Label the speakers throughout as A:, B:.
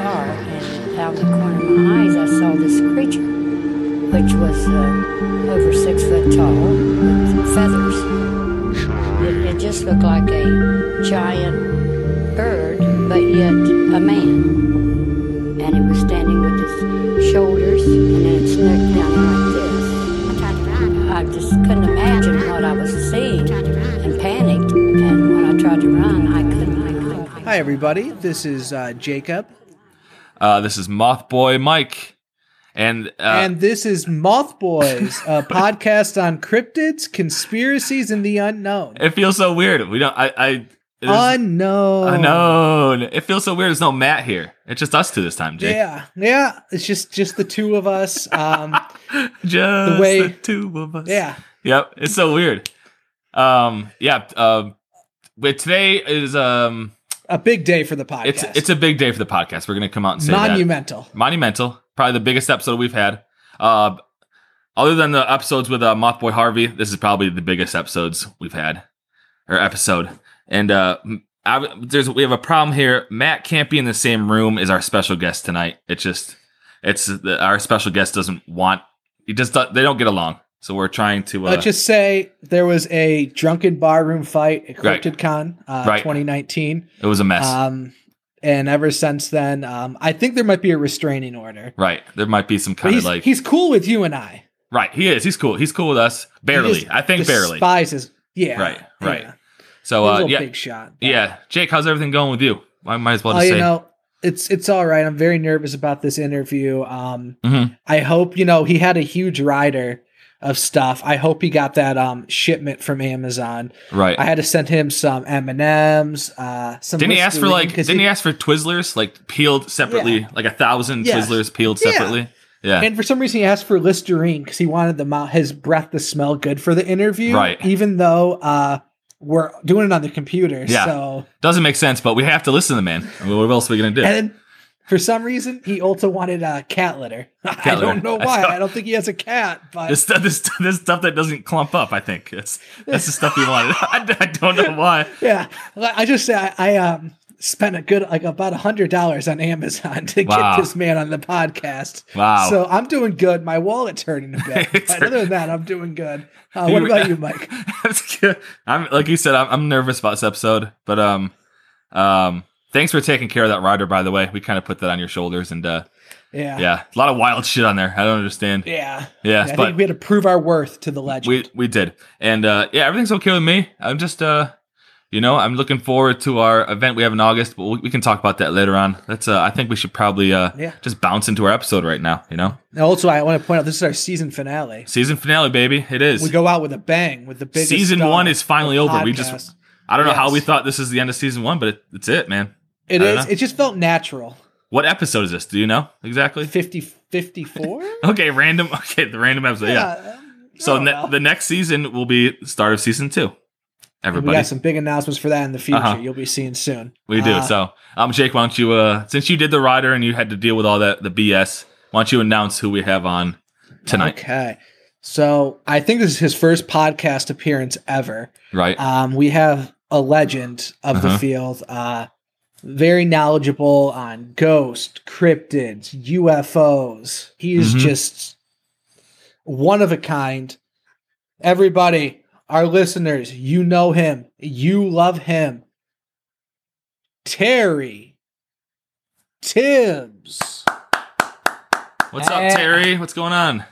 A: uh, out the corner of my eyes, I saw this creature, which was uh, over six foot tall with feathers. It, it just looked like a giant bird, but yet a man. And it was standing with its shoulders and then its neck down like this. I just couldn't imagine what I was seeing and panicked. And when I tried to run, I couldn't. I couldn't.
B: Hi, everybody. This is uh, Jacob,
C: Uh, this is Mothboy Mike, and uh,
B: and this is Moth Boys, a podcast on cryptids, conspiracies, and the unknown.
C: it feels so weird. We don't. I. I it is
B: Unknown.
C: unknown. It feels so weird. There's no Matt here. It's just us two this time, Jake.
B: Yeah, yeah. It's just just the two of us. Um,
C: Just
B: The way-
C: the two of us.
B: yeah,
C: Yep. It's so weird. Um. Yeah. Um. But today is um.
B: a big day for the podcast.
C: It's it's a big day for the podcast. We're gonna come out and say that.
B: monumental.
C: monumental probably the biggest episode we've had uh other than the episodes with uh, mothboy harvey this is probably the biggest episodes we've had or episode and uh I, there's we have a problem here matt can't be in the same room as our special guest tonight it's just it's the, our special guest doesn't want he just don't- they don't get along so we're trying to uh,
B: Let's just say there was a drunken barroom fight at
C: Right.
B: CryptidCon uh,
C: Right.
B: 2019,
C: it was a mess
B: um, and ever since then, um, I think there might be a restraining order.
C: right there might be some
B: But
C: kind
B: he's,
C: of like
B: he's cool with you and I.
C: right he is he's cool he's cool with us barely i think barely
B: Despises. Yeah.
C: Right, right.
B: Yeah.
C: so
B: He's a
C: uh
B: little
C: yeah
B: big shot. but-
C: yeah jake how's everything going with you i might as well
B: Oh,
C: just
B: you
C: say
B: know, it's it's all right. I'm very nervous about this interview. Um,
C: Mhm.
B: I hope you know he had a huge rider of stuff. I hope he got that um shipment from Amazon.
C: Right.
B: I had to send him some M and M's. Uh, some
C: didn't he ask for
B: Listerine,
C: like?
B: 'cause
C: Didn't he, ask for Twizzlers like peeled separately, like a thousand
B: Yeah.
C: Twizzlers peeled
B: Yeah.
C: separately? Yeah.
B: And for some reason, he asked for Listerine because he wanted the mou- his breath to smell good for the interview.
C: Right.
B: Even though uh, we're doing it on the computer.
C: Yeah.
B: So
C: Doesn't make sense, but we have to listen to the man. I mean, what else are we gonna do?
B: and then for some reason, he also wanted uh, cat litter. I
C: Cat litter.
B: don't know why. I don't think he has a cat, but
C: This stuff, this, this stuff that doesn't clump up. I think it's that's the stuff he wanted. I, d- I don't know why.
B: yeah. I I just say I, I um spent a good like about a hundred dollars on Amazon to
C: Wow.
B: get this man on the podcast.
C: Wow.
B: So I'm doing good. My wallet's hurting a bit.
C: It's
B: but other than that, I'm doing good. Uh, what about you, Mike?
C: That's good. I'm like you said. I'm, I'm nervous about this episode, but um, um, thanks for taking care of that rider. By the way, we kind of put that on your shoulders, and uh,
B: Yeah.
C: yeah, a lot of wild shit on there. I don't understand.
B: Yeah.
C: Yeah,
B: I
C: but
B: think we had to prove our worth to the legend.
C: we we did and uh yeah everything's okay with me i'm just uh you know i'm looking forward to our event we have in august but we, we can talk about that later on that's uh i think we should probably uh
B: Yeah.
C: just bounce into our episode right now you know
B: and also, I want to point out this is our season finale.
C: season finale baby it is
B: We go out with a bang with the big
C: season one is finally over we just i don't know how
B: Yes.
C: we thought this is the end of season one but it, it's it man
B: it
C: I don't
B: is.
C: know.
B: It just felt natural.
C: what episode is this do you know exactly
B: 50, 54?
C: okay random okay the random episode yeah,
B: um, I
C: so
B: don't
C: ne-
B: know.
C: the next season will be start of season two
B: And we
C: everybody
B: got some big announcements for that in the future.
C: Uh-huh.
B: You'll be seeing soon.
C: We do.
B: Uh,
C: so, um, Jake, why don't you, uh, since you did the rider and you had to deal with all that the BS, why don't you announce who we have on tonight?
B: Okay. So I think this is his first podcast appearance ever.
C: Right.
B: Um, we have a legend of the
C: Uh-huh.
B: field, uh, very knowledgeable on ghosts, cryptids, UFOs. He is
C: Mhm.
B: just one of a kind. Everybody, our listeners, you know him, you love him. Terry Tibbs.
C: What's up,
D: Eh.
C: Terry? What's going on?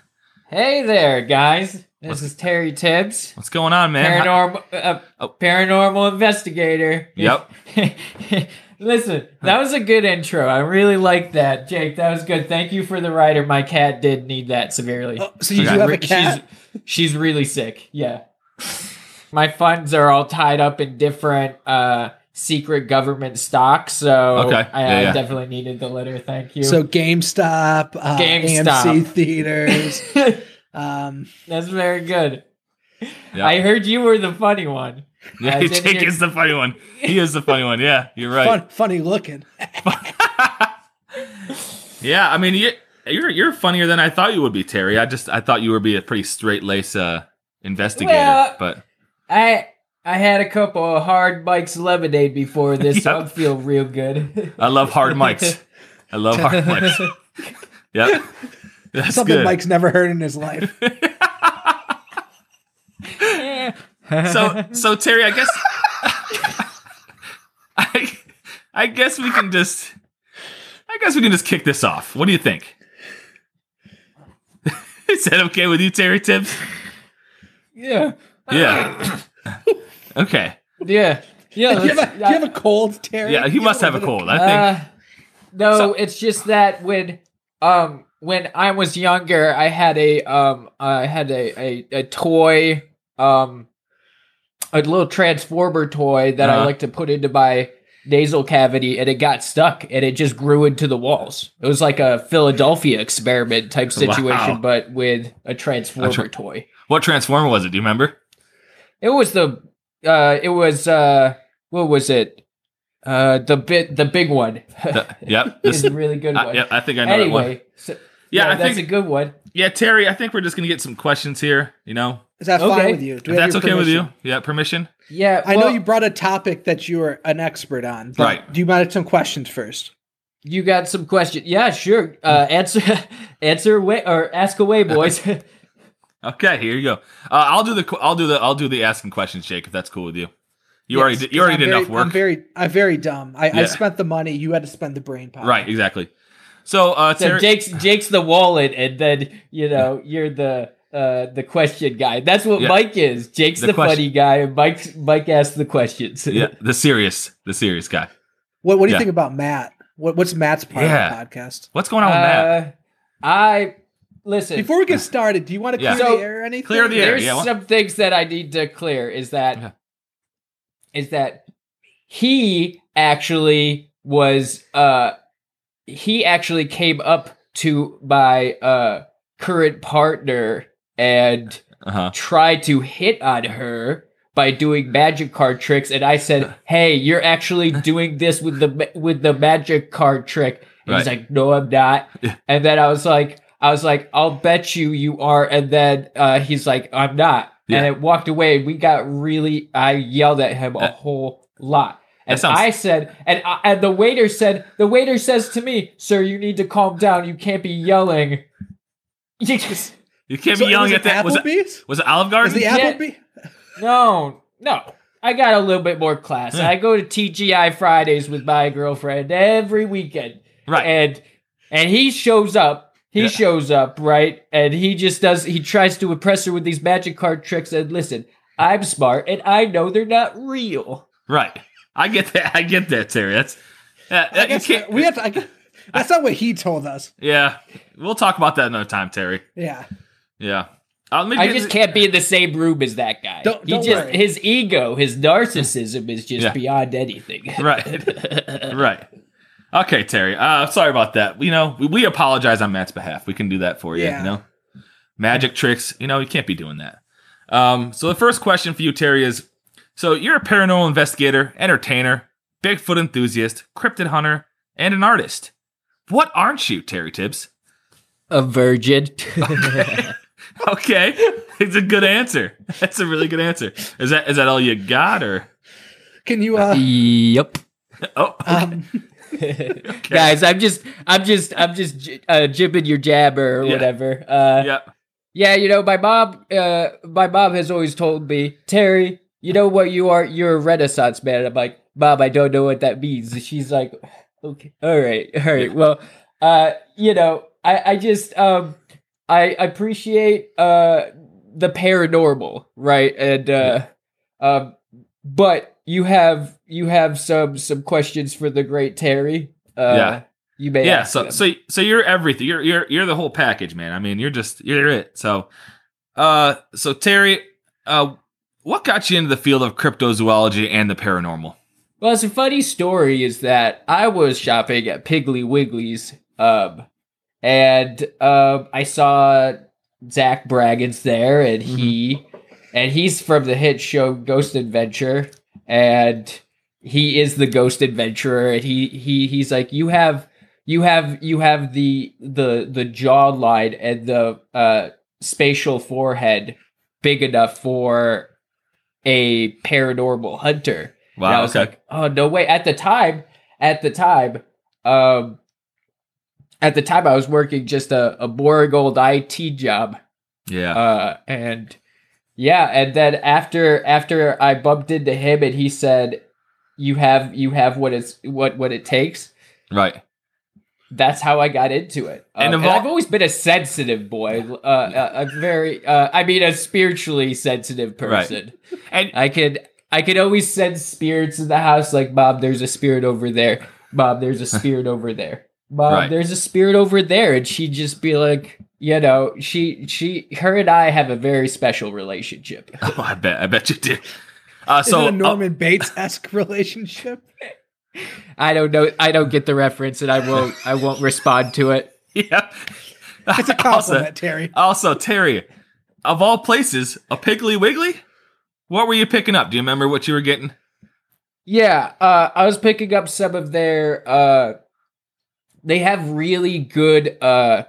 D: Hey there, guys. This
C: What's-
D: is Terry Tibbs,
C: What's going on, man? How-
D: paranormal uh,
C: Oh.
D: paranormal investigator.
C: Yep.
D: Listen, that was a good intro. I really liked that, Jake. That was good. Thank you for the rider. My cat did need that severely.
B: Oh, so you
C: Okay.
B: do have a
D: Re-
B: cat?
D: She's, she's really sick. Yeah. My funds are all tied up in different uh, secret government stocks, so
C: Okay.
D: I,
C: Yeah,
D: I
C: yeah.
D: definitely needed the letter. Thank you.
B: So GameStop, uh,
D: GameStop.
B: AMC theaters. um,
D: That's very good.
C: Yeah.
D: I heard you were the funny one.
C: yeah,
D: as in
C: Jake
D: your-
C: is the funny one. He is the funny one. Yeah, you're right.
B: fun, funny looking.
C: Yeah, I mean, you- you're you're funnier than I thought you would be, Terry. I just I thought you would be a pretty straight lace uh, investigator,
D: Well-
C: but
D: I I had a couple of hard bikes lemonade before this, so
C: Yep.
D: I feel real good.
C: I love hard mics. I love hard mics. Yep. That's
B: Something
C: good.
B: Mike's never heard in his life.
C: so so Terry, I guess I I guess we can just I guess we can just kick this off. What do you think? Is that okay with you, Terry Tibbs?
D: yeah,
C: Yeah. okay.
D: yeah, yeah.
B: do, you have
D: let's-
B: a, do you have a cold, Terry?
C: Yeah, he must have a cold. I think.
D: Uh, no,
C: So-
D: it's just that when um when I was younger, I had a um I had a a, a toy um a little transformer toy that I
C: Uh-huh.
D: like to put into my nasal cavity, and it got stuck, and it just grew into the walls. It was like a Philadelphia experiment type situation,
C: Wow.
D: but with a transformer
C: A tra-
D: toy.
C: What transformer was it? Do you remember?
D: It was the uh it was uh what was it? Uh, the bit, the big one.
C: The- yep.
D: It's
C: This,
D: a really good
C: I,
D: one.
C: yep. I think I know that one.
D: anyway, so-
C: Yeah, I
D: that's
C: think-
D: a good one.
C: Yeah, Terry. I think we're just gonna get some questions here. You know,
B: Is that
D: Okay.
B: fine with you? Do
C: if
B: we have
C: that's okay
B: your
C: with
B: permission?
C: you. Yeah. Permission.
D: Yeah,
B: I know
D: well,
B: you brought a topic that you were an expert on. But
C: Right.
B: Do you mind some questions first?
D: you got some question. Yeah, sure. Uh,
B: Hmm.
D: answer, answer away or ask away, boys.
C: Okay, here you go. Uh, I'll do the qu- I'll do the I'll do the asking questions, Jake, if that's cool with you. You already did, you already
B: I'm
C: did
B: very-
C: enough work,
B: I'm very, I'm very dumb. I, I
C: Yeah.
B: spent the money. You had to spend the brain power.
C: right? Exactly. So, uh,
D: so
C: Terry-
D: Jake's Jake's the wallet, and then you know you're the uh the question guy. That's what
C: Yeah.
D: Mike is. Jake's
C: The
D: the,
C: question-
D: funny guy, and Mike's Mike asks the questions.
C: yeah, the serious, the serious guy.
B: What What do you
C: Yeah.
B: think about Matt? What, what's Matt's part
C: Yeah.
B: of the podcast?
C: What's going on with that?
D: Uh, I listen.
B: Before we get started, do you want to
C: Yeah.
B: clear
D: So,
B: the air or anything?
C: clear the air.
D: there's
C: yeah, what-
D: some things that I need to clear. Is that is
C: Okay.
D: that he actually was uh he actually came up to my uh current partner and
C: Uh-huh.
D: tried to hit on her by doing magic card tricks and I said, "Hey, you're actually doing this with the ma- with the magic card trick." And He's
C: Right.
D: like, "No, I'm not."
C: Yeah.
D: And then I was like, I was like, "I'll bet you you are." And then uh, he's like, "I'm not."
C: Yeah.
D: And it walked away. We got really I yelled at him a
C: That-
D: whole lot.
C: that
D: And
C: sounds-
D: I said, and I, and the waiter said, the waiter says to me, "Sir, you need to calm down. You can't be yelling."
C: You can't
B: So
C: be
B: it
C: yelling
B: was
C: at that. Was it,
B: Applebee's?
C: was it Olive
B: Was
C: Garden?
B: the
D: Yeah.
B: Applebee?
D: No, no. I got a little bit more class.
C: Yeah.
D: I go to TGI Fridays with my girlfriend every weekend.
C: right.
D: And and he shows up. He
C: Yeah.
D: shows up, right? And he just does he tries to impress her with these magic card tricks and listen, I'm smart and I know they're not real.
C: Right. I get that. I get that, Terry. That's yeah,
B: I
C: that, you
B: guess uh,
C: can't,
B: we have to. I guess, that's not what he told us.
C: yeah. We'll talk about that another time, Terry.
B: Yeah.
C: Yeah. Uh, let me
D: I
C: get-
D: just can't be in the same room as that guy.
B: Don't- don't
D: he just
B: worry.
D: his ego, his narcissism is just
C: Yeah.
D: beyond anything.
C: right right okay terry uh sorry about that you know we, we apologize on matt's behalf we can do that for you
B: Yeah.
C: you know magic tricks you know you can't be doing that um so the first question for you terry is so you're a paranormal investigator entertainer bigfoot enthusiast cryptid hunter and an artist what aren't you terry tibbs
D: A virgin.
C: okay it's a good answer that's a really good answer is that is that all you got or
B: Can you? Uh,
D: yep.
C: oh
B: um,
D: guys i'm just i'm just i'm just j- uh jibbing your jabber or
C: Yeah.
D: whatever uh yeah.
C: yeah
D: you know my mom uh my mom has always told me terry you know what you are you're a renaissance man i'm like mom i don't know what that means And she's like okay all right all right
C: Yeah.
D: well uh you know i i just um i appreciate uh the paranormal right and uh um but you have you have some some questions for the great terry uh
C: Yeah.
D: you may
C: yeah,
D: ask
C: so
D: them.
C: so so you're everything. You're you're you're the whole package, man. I mean, you're just you're it. So uh so Terry, uh what got you into the field of cryptozoology and the paranormal?
D: Well, it's a funny story is that I was shopping at Piggly Wiggly's, um, and um, I saw Zach Braggins there, and he and he's from the hit show Ghost Adventure, and he is the Ghost Adventurer, and he he he's like you have you have you have the the the jawline and the uh, spatial forehead big enough for a paranormal hunter. And I
C: Wow.
D: was
C: Okay.
D: like, oh no way. At the time, at the time, um at the time I was working just a, a boring old IT job.
C: Yeah.
D: Uh, and yeah, and then after after I bumped into him and he said, "You have you have what it's what what it takes."
C: right.
D: That's how I got into it. Um,
C: And
D: and,
C: of all-
D: I've always been a sensitive boy, uh, a, a very uh, I mean a spiritually sensitive
C: Right.
D: person.
C: And
D: I could I could always sense spirits in the house like Bob, there's a spirit over there. Bob, there's a spirit over there. Bob,
C: Right.
D: there's a spirit over there. And she'd just be like, you know, she she her and I have a very special relationship.
C: oh, I bet I bet you did. Uh,
B: Is
C: so
B: it a
C: uh,
B: Norman Bates esque relationship?
D: I don't know I don't get the reference and I won't I won't respond to it.
C: yeah.
B: It's a compliment, Terry.
C: Also, also, Terry, of all places, a Piggly Wiggly. What were you picking up? Do you remember what you were getting?
D: Yeah, uh, I was picking up some of their. Uh, they have really good. Uh,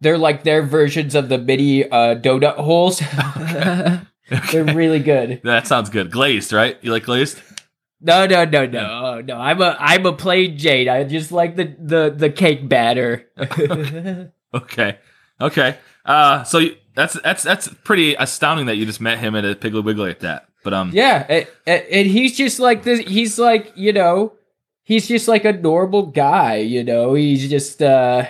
D: they're like their versions of the mini uh, donut holes. They're really good.
C: That sounds good. Glazed, right? You like glazed?
D: No, no, no, no, oh, no. I'm a I'm a plain Jade. I just like the the the cake batter.
C: Okay. Okay. Uh, so you, that's that's that's pretty astounding that you just met him at a Piggly Wiggly like that. But um,
D: yeah, and, and- and he's just like this. He's like you know, he's just like a normal guy. You know, he's just uh,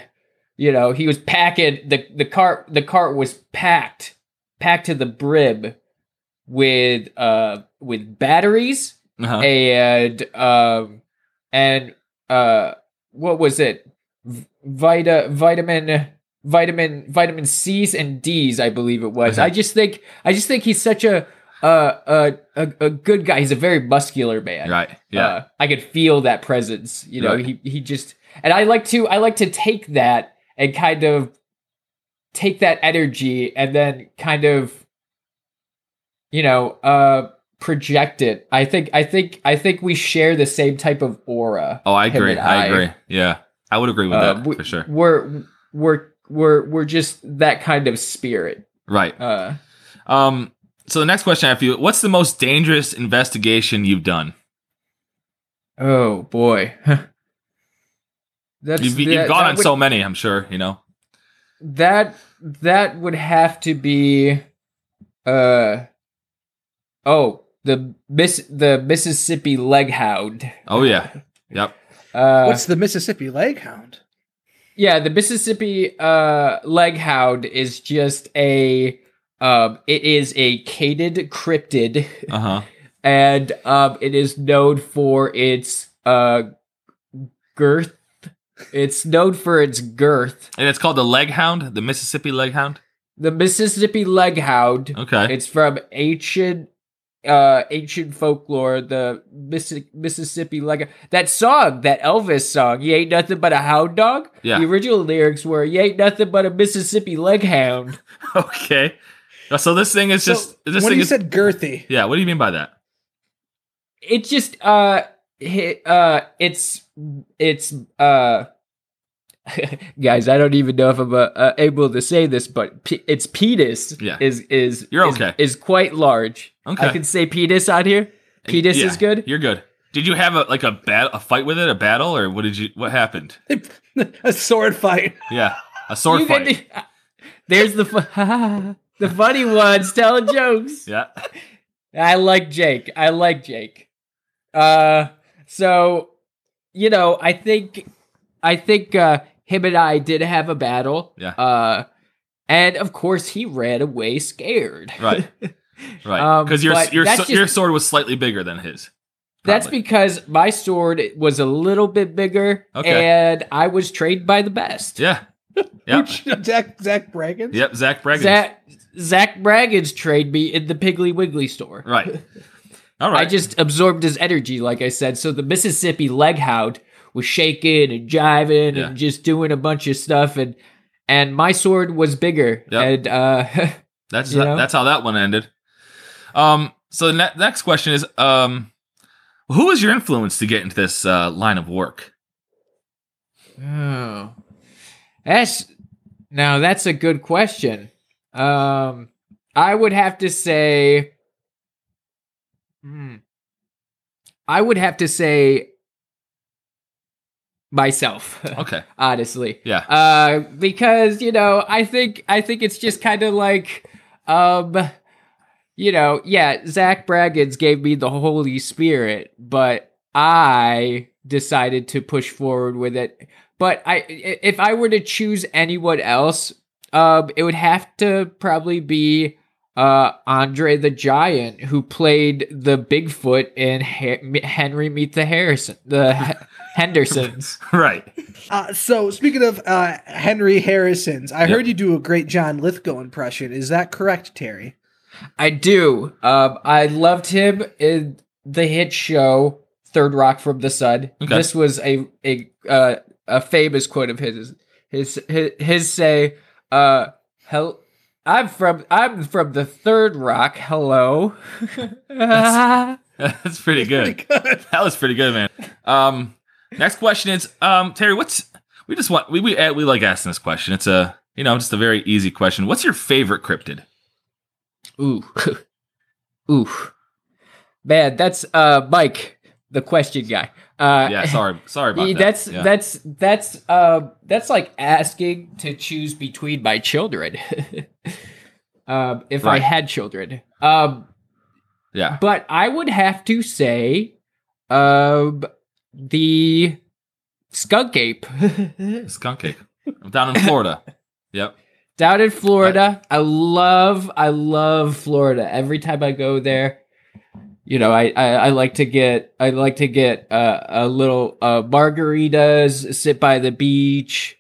D: you know, he was packing the the cart. The cart was packed, packed to the brim with uh with batteries
C: uh-huh.
D: and um and uh what was it V- vita vitamin vitamin vitamin c's and d's i believe it was
C: Okay.
D: i just think i just think he's such a uh, a, a a good guy he's a very muscular man
C: right. Yeah.
D: uh, i could feel that presence you know
C: Right.
D: he he just and i like to i like to take that and kind of take that energy and then kind of you know uh project it i think i think i think we share the same type of aura
C: oh, I
D: him
C: agree.
D: and
C: I,
D: I-
C: agree. Yeah, I would agree with
D: Uh,
C: that
D: we-
C: for sure.
D: we're we're we're we're just that kind of spirit
C: Right.
D: uh
C: Um. So the next question I have for you: What's the most dangerous investigation you've done?
D: oh boy that's
C: You've,
D: that-
C: you've gone
D: that
C: on
D: would-
C: so many, I'm sure. You know.
D: that that would have to be uh oh the miss the mississippi leghound
C: Oh yeah. Yep.
D: uh
B: What's the Mississippi Leg Hound?
D: yeah the mississippi uh leghound is just a um it is a cated cryptid
C: Uh huh.
D: and um it is known for its uh girth it's known for its girth
C: And it's called the Leg Hound, the Mississippi Leg Hound.
D: the mississippi leghound
C: Okay.
D: It's from ancient uh ancient folklore, the Missi- Mississippi like that song, that Elvis song, You Ain't Nothing But a Hound Dog.
C: Yeah.
D: The original lyrics were You Ain't Nothing But a Mississippi Leg Hound.
C: okay. So this thing is just
B: so,
C: this
B: when
C: thing
B: you
C: is
B: said girthy,
C: yeah. What do you mean by that?
D: It just uh hi- uh it's it's uh guys, I don't even know if I'm uh, uh, able to say this, but pe- its penis
C: Yeah.
D: is is
C: You're
D: is-
C: okay.
D: is quite large.
C: Okay. Uh,
D: I can say penis on here. Penis
C: Yeah,
D: is good.
C: You're good. Did you have a like a bat a fight with it, a battle, or what did you what happened?
B: a sword fight.
C: Yeah, a sword
D: You
C: fight.
D: can do- there's the fu- the funny ones telling jokes.
C: yeah.
D: I like Jake. I like Jake. Uh, so you know, I think I think uh, him and I did have a battle.
C: Yeah.
D: Uh, and of course he ran away scared.
C: Right. Right.
D: Um,
C: Because your
D: but
C: your
D: that's
C: so- your
D: just-
C: sword was slightly bigger than his.
D: That's
C: Probably.
D: because my sword was a little bit bigger,
C: Okay.
D: and I was trained by the best.
C: yeah. Yep.
B: Zach Zach Braggins.
C: yep. Zach Braggins.
D: Zach Zach Braggins trained me in the Piggly Wiggly store.
C: Right. All right.
D: I just absorbed his energy, like I said. So the Mississippi leg hound was shaking and jiving
C: Yeah.
D: and just doing a bunch of stuff, and and my sword was bigger,
C: Yep.
D: and uh,
C: That's
D: You know?
C: that's how that one ended. Um. So ne- next question is um, who was your influence to get into this uh, line of work?
D: oh, that's now that's a good question. Um, I would have to say, hmm, I would have to say, myself.
C: Okay.
D: honestly.
C: Yeah.
D: Uh, because you know, I think I think it's just kind of like, um, you know, yeah, Zach Braggins gave me the Holy Spirit, but I decided to push forward with it. But I, i- if I were to choose anyone else, um, it would have to probably be. Uh, Andre the Giant, who played the Bigfoot in He- Henry Meet the Harrison, the He- Hendersons.
C: right.
B: Uh, so speaking of uh, Henry Harrison's, I
C: Yep.
B: heard you do a great John Lithgow impression. Is that correct, Terry?
D: I do. Um, I loved him in the hit show Third Rock from the Sun.
C: Okay.
D: This was a a uh, a famous quote of his. His his, his say, uh, "Hell, I'm from I'm from the Third Rock. Hello."
C: That's pretty good.
B: Good.
C: That was pretty good, man. Um, next question is, um, Terry, what's we just want we we we like asking this question. It's a you know just a very easy question. What's your favorite cryptid?
D: Ooh, ooh, man, that's uh Mike, the question guy. Uh,
C: Yeah, sorry, sorry about
D: Yeah,
C: that.
D: that's
C: Yeah.
D: that's that's uh, that's like asking to choose between my children um, if i
C: Right.
D: had children um,
C: yeah.
D: but i would have to say um, the skunk ape
C: Skunk cake down in Florida. Yep.
D: down in florida i love i love florida every time i go there you know, I, I, I like to get I like to get uh, a little uh, margaritas, sit by the beach,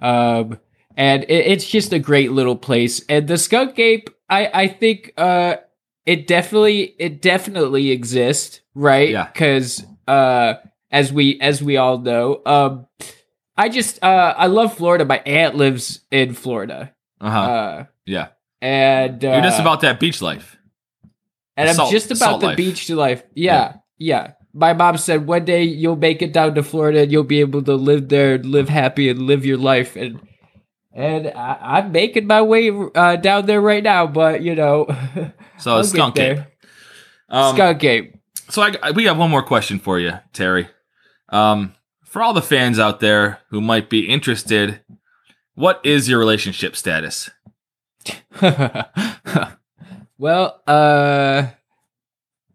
D: um, and it, it's just a great little place. And the skunk ape, I I think uh, it definitely it definitely exists, right?
C: Yeah.
D: Because uh, as we as we all know, um, I just uh, I love Florida. My aunt lives in Florida,
C: Uh huh.
D: uh,
C: yeah.
D: and uh,
C: You're just about that beach life.
D: and I'm
C: Salt-
D: just about
C: salt
D: the
C: life.
D: beach life. Yeah, yeah, My mom said one day you'll make it down to Florida and you'll be able to live there and live happy and live your life and and I, I'm making my way uh, down there right now, but you know,
C: So
D: I'll get
C: skunk ape.
D: there.
C: Um,
D: skunk ape.
C: So I, I- we have one more question for you, Terry. Um, for all the fans out there who might be interested, what is your relationship status?
D: well, uh,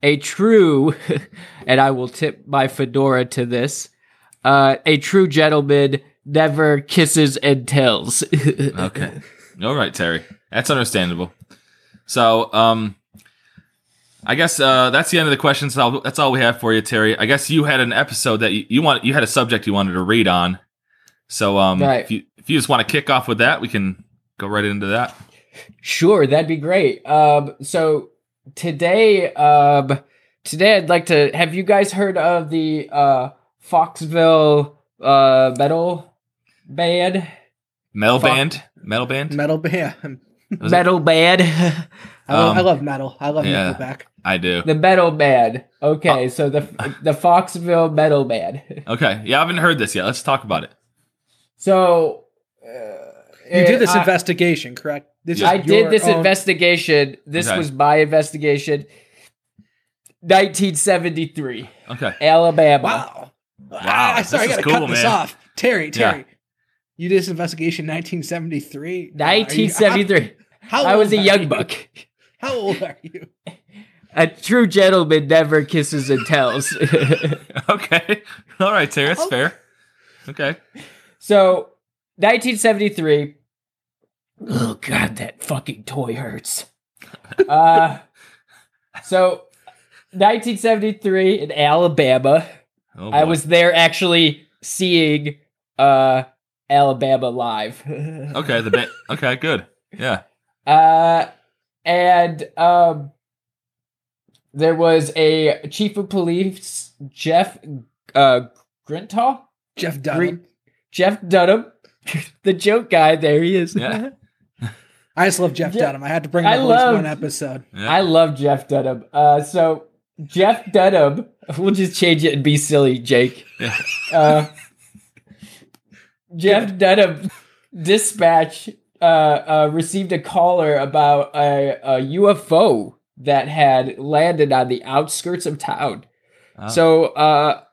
D: a true, and I will tip my fedora to this. Uh, a true gentleman never kisses and tells.
C: Okay. All right, Terry. That's understandable. So, um, I guess uh, that's the end of the questions. I'll- That's all we have for you, Terry. I guess you had an episode that you, you want. You had a subject you wanted to read on. So, um,
D: Right.
C: if you if you just want to kick off with that, we can go right into that.
D: Sure, that'd be great. Um, so today, um, today I'd like to have you guys heard of the uh, Foxville uh, metal band?
C: Metal
D: Fuck.
C: band. Metal band.
B: Metal band.
C: Was it-
D: metal band,
B: I love,
C: Um,
B: I love metal. I love
C: yeah.
B: Nickelback.
C: I do.
D: the metal band.
B: Oh.
D: Okay, so the the Foxville metal band.
C: Okay. Yeah, I haven't heard this yet. Let's talk about it.
D: So uh,
B: You did this
D: I-
B: investigation, correct? This
C: Yeah.
B: is
D: I did
B: your
D: this
B: own-
D: investigation. This
C: Okay.
D: was my investigation. 1973,
C: Okay.
D: Alabama.
B: Wow. Wow.
C: this
B: sorry, I
C: is
B: gotta
C: cool,
B: cut this
C: man.
B: off. Terry,
C: Yeah.
B: Terry. You did this investigation 1973. Wow, are you-
D: 1973.
B: How, how
D: I was
B: old
D: a
B: are
D: young
B: you?
D: buck.
B: How old are you?
D: A true gentleman never kisses and tells.
C: Okay. All right, Terry. That's
B: Oh.
C: fair. Okay.
D: so, 1973. Oh god, that fucking toy hurts. Uh, so 1973 in Alabama.
C: Oh,
D: I
C: boy.
D: was there actually seeing uh Alabama live.
C: okay. The ba- okay. Good. Yeah.
D: Uh, and um, there was a chief of police, Jeff uh, Grintaugh.
B: Jeff Dunham.
D: Green- Jeff Dunham, the joke guy. There he is.
C: Yeah.
B: I just love Jeff
D: Yeah.
B: Dunham. I had to bring him
D: I
B: up at least
D: love-
B: one episode.
C: yeah.
D: I love Jeff Dunham. Uh, so Jeff Dunham, we'll just change it and be silly, Jake.
C: Yeah.
D: Uh, Jeff Dunham dispatch uh, uh, received a caller about a, a UFO that had landed on the outskirts of town.
C: Oh.
D: So uh,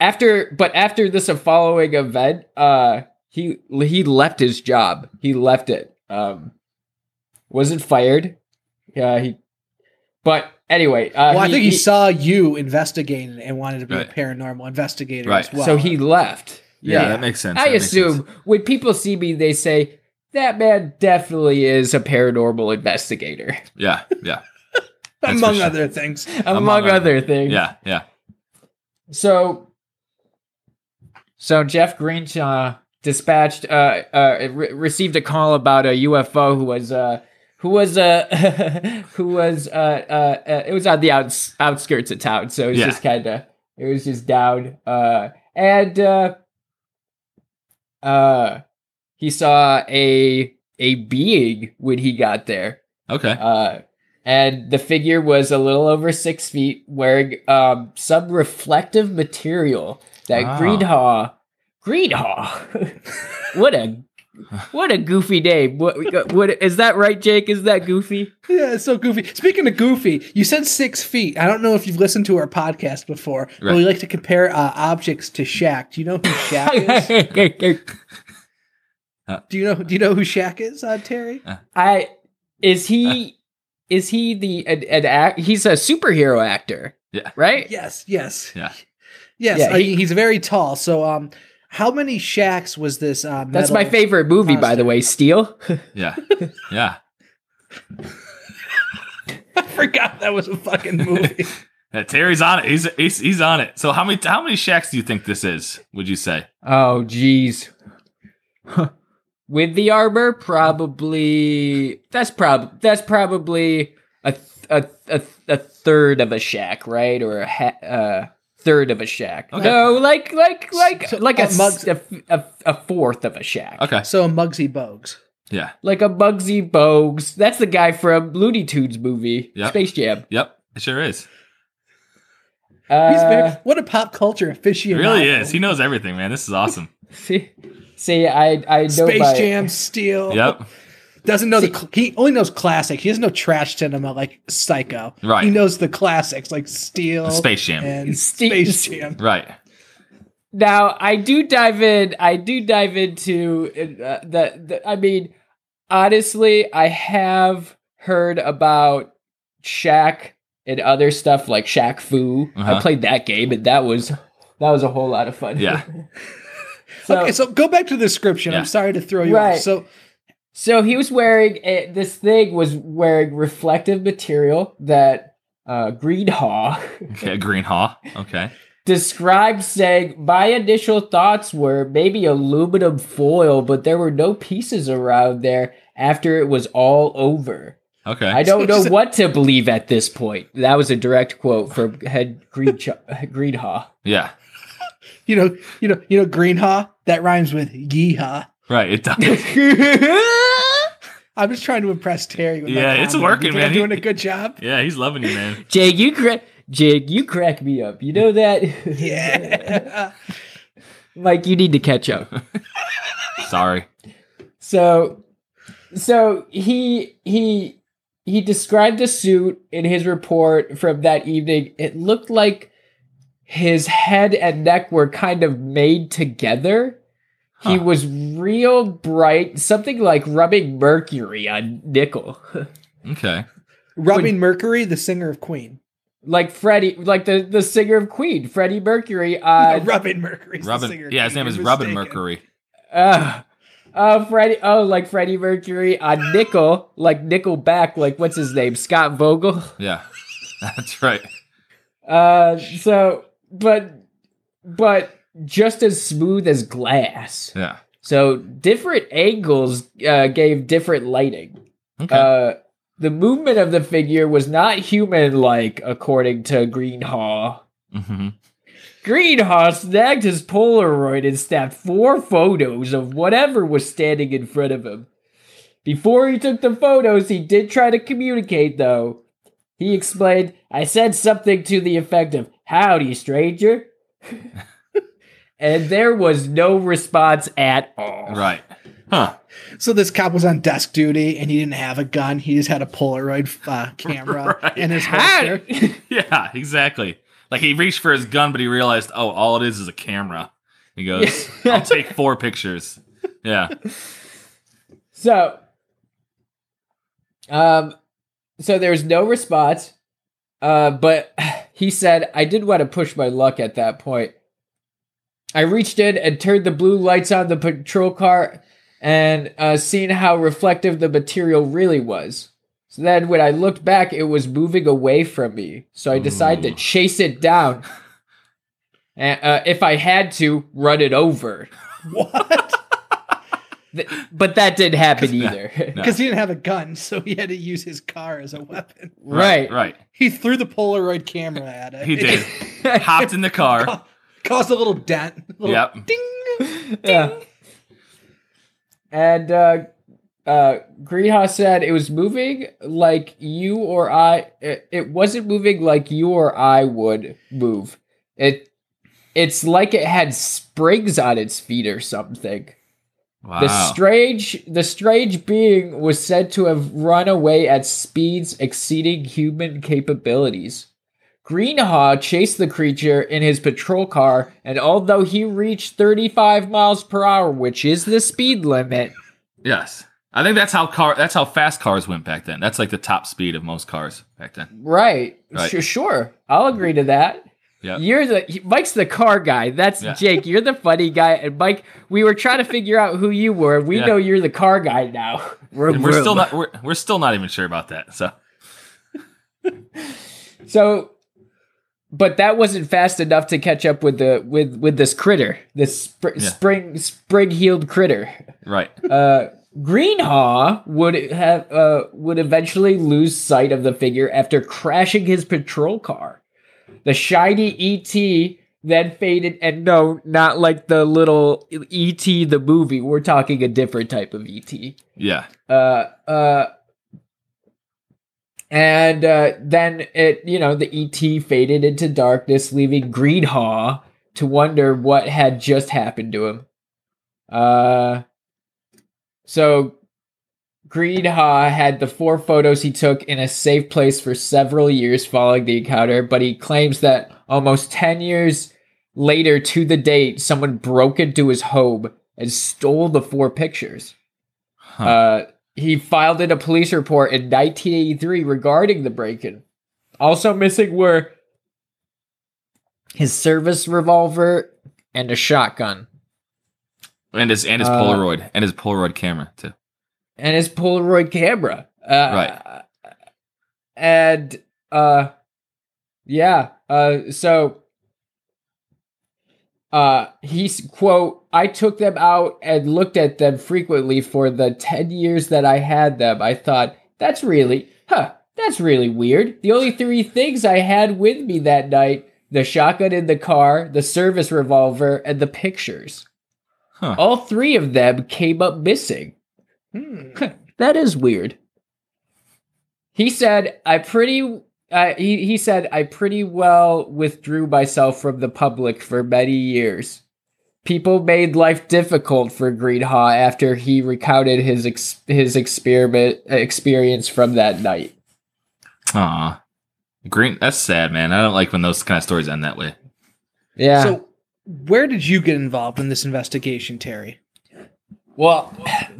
D: after but after this following event, uh he he left his job. He left it. Um wasn't fired. Yeah, he but anyway, uh
B: well, I think he,
D: he-
B: saw you investigating and wanted to be
C: Right.
B: a paranormal investigator
C: Right.
B: as well.
D: so he left.
C: Yeah,
D: Yeah.
C: that makes sense.
D: I
C: That makes sense.
D: assume when people see me they say that man definitely is a paranormal investigator
C: Yeah, yeah, that's for
B: among
C: sure.
B: other things.
D: among
C: other-
D: other things.
C: yeah, yeah.
D: So, so Jeff Grinch uh, dispatched, uh, uh, re- received a call about a UFO who was, uh, who was, uh, who was, uh, uh, uh, it was on the outs- outskirts of town, so it was
C: Yeah.
D: just kind of, it was just down, uh, and uh, uh, he saw a a being when he got there.
C: Okay.
D: Uh, and the figure was a little over six feet, wearing um, some reflective material that
C: Ah.
D: Greenhaw. Greenhaw, what a what a goofy name. What, what is that right, Jake? Is that goofy?
B: Yeah, it's so goofy. Speaking of goofy, you said six feet. I don't know if you've listened to our podcast before, but
C: Right.
B: we like to compare uh, objects to Shaq. Do you know who Shaq is? do you know? Do you know who Shaq is, uh, Terry?
D: I is he is he the an, an act, he's a superhero actor?
C: Yeah.
D: Right.
B: Yes, yes,
C: Yeah.
B: yes.
D: Yeah,
B: uh,
D: he-
B: he's very tall. So, um, how many Shaqs was this? Uh,
D: That's
B: metal-
D: my favorite movie, by
B: Monster.
D: the way. Steel.
C: Yeah, yeah.
B: I forgot that was a fucking movie.
C: Yeah, Terry's on it. He's, he's he's on it. So how many how many shacks do you think this is? Would you say?
D: Oh, jeez. With the armor, probably that's prob that's probably a th- a th- a, th- a third of a shack, right, or a ha- uh, third of a shack.
C: Okay.
D: No, like like like
B: So,
D: like
B: uh,
D: a, s-
B: Mugs-
D: a f- a f- a fourth of a shack.
C: Okay.
B: so, Muggsy Bogues.
C: Yeah.
D: like a Bugsy Bogues. That's the guy from Looney Tunes movie,
C: Yep.
D: Space Jam.
C: Yep. It sure is.
D: Uh,
B: He's very, what a pop culture aficionado.
C: It really is. He knows everything, man. This is awesome.
D: see, see, I I know
B: Space
D: by-
B: Jam, Steel.
C: Yep.
B: Doesn't know the cl- he only knows classics. He doesn't know trash cinema like Psycho.
C: Right.
B: He knows the classics like Steel,
C: Space Jam.
B: and
D: Ste-
B: Space Jam.
C: Right.
D: Now I do dive in. I do dive into uh, the, the. I mean, honestly, I have heard about Shaq and other stuff like Shaq Fu.
C: Uh-huh.
D: I played that game, and that was that was a whole lot of fun.
C: Yeah.
D: so,
B: okay, so go back to the description.
C: Yeah.
B: I'm sorry to throw you
D: Right.
B: off. So
D: so he was wearing a, this thing was wearing reflective material that uh, Greenhaw
C: Okay. Green Haw. Okay.
D: described saying my initial thoughts were maybe aluminum foil but there were no pieces around there after it was all over
C: Okay.
D: i don't
B: So
D: know
B: it's a-
D: what to believe at this point that was a direct quote from head green greenhaw
C: yeah.
B: you know, you know, you know, Greenhaw that rhymes with yeehaw.
C: Right. It does.
B: I'm just trying to impress Terry. With my
C: Yeah, it's
B: comedy.
C: working,
B: You think
C: man.
B: I'm doing a good job.
C: Yeah. He's loving you, man.
D: jake you crack jake you crack me up you know that
B: Yeah.
D: mike you need to catch up
C: Sorry.
D: So, so he he he described the suit in his report from that evening. It looked like his head and neck were kind of made together. He
C: Huh.
D: was real bright, something like rubbing mercury on nickel,
C: Okay.
B: Robin Mercury, the singer of Queen.
D: like Freddie, like the the singer of Queen, Freddie Mercury.
B: No,
D: Uh,
B: Robin Mercury's the singer.
C: Robin.
B: of
C: Yeah. His
B: Queen.
C: name is
B: You're
C: Robin
B: mistaken.
C: Mercury.
D: uh, uh, Freddie, oh, like Freddie Mercury on nickel, like nickel back, like what's his name, Scott Vogel.
C: Yeah. That's right.
D: Uh, so, but, but just as smooth as glass.
C: Yeah.
D: So different angles uh, gave different lighting.
C: Okay.
D: Uh, the movement of the figure was not human-like, according to Greenhaw.
C: hmm
D: Greenhaw snagged his Polaroid and snapped four photos of whatever was standing in front of him. Before he took the photos, he did try to communicate, though. He explained, I said something to the effect of, Howdy, stranger. and there was no response at all.
C: Right. Huh.
B: So this cop was on desk duty and he didn't have a gun. He just had a Polaroid uh, camera
C: Right.
B: and his holster.
D: Howdy.
C: Yeah. Exactly. Like he reached for his gun, but he realized, oh, all it is is a camera. He goes, I'll take four pictures. Yeah.
D: So, um, so there was no response, uh, but he said, I did want to push my luck at that point. I reached in and turned the blue lights on the patrol car and uh, seen how reflective the material really was. So then when I looked back, it was moving away from me. So I decided
C: Ooh.
D: to chase it down. And uh, if I had to, run it over.
B: What?
D: Th- but that didn't happen either.
C: No.
B: Because he didn't have a gun, so he had to use his car as a weapon.
D: right.
C: Right.
B: He threw the Polaroid camera at it.
C: He did. Hopped in the car.
B: Caused a little dent. Little
C: Yep.
B: Ding.
D: Yeah. And uh uh Greenhouse said it was moving like you or I it, it wasn't moving like you or I would move. It it's like it had springs on its feet or something.
C: Wow.
D: The strange the strange being was said to have run away at speeds exceeding human capabilities. Greenhaw chased the creature in his patrol car, and although he reached 35 miles per hour, which is the speed limit,
C: yes. I think that's how car that's how fast cars went back then. That's like the top speed of most cars back then.
D: right?
C: Right.
D: Sure, sure, I'll agree to that.
C: Yeah.
D: You're the he- Mike's the car guy. That's
C: Yeah.
D: Jake. You're the funny guy, and Mike. We were trying to figure out who you were. We
C: Yeah.
D: know you're the car guy now.
C: And we're still not we're, we're still not even sure about that. So
D: So, but that wasn't fast enough to catch up with the with with this critter, this spr-
C: Yeah.
D: spring spring heeled critter.
C: right.
D: Uh, Greenhaw would have uh, would eventually lose sight of the figure after crashing his patrol car. The shiny ET then faded, and no, not like the little ET the movie. We're talking a different type of E ET
C: Yeah.
D: uh, and uh, then it, you know, the ET faded into darkness, leaving Greenhaw to wonder what had just happened to him. Uh, so Greenhaw had the four photos he took in a safe place for several years following the encounter, but he claims that almost 10 years later to the date, someone broke into his home and stole the four pictures.
C: Huh.
D: Uh, he filed in a police report in 1983 regarding the break-in. Also missing were his service revolver and a shotgun,
C: and his and his
D: uh,
C: Polaroid and his Polaroid camera too.
D: and his Polaroid camera. Uh,
C: Right.
D: And uh, yeah. Uh, so uh, he's quote: "I took them out and looked at them frequently for the ten years that I had them. I thought that's really, huh, that's really weird. The only three things I had with me that night." The shotgun in the car, the service revolver, and the pictures.
C: Huh.
D: All three of them came up missing.
B: Hmm.
D: That is weird. He said, "I pretty." Uh, he he said, "I pretty well withdrew myself from the public for many years. People made life difficult for Greenhaw after he recounted his ex- his experiment experience from that night.
C: Aw. Green that's sad, man. I don't like when those kind of stories end that way.
D: Yeah.
B: So, where did you get involved in this investigation, Terry?
D: Well,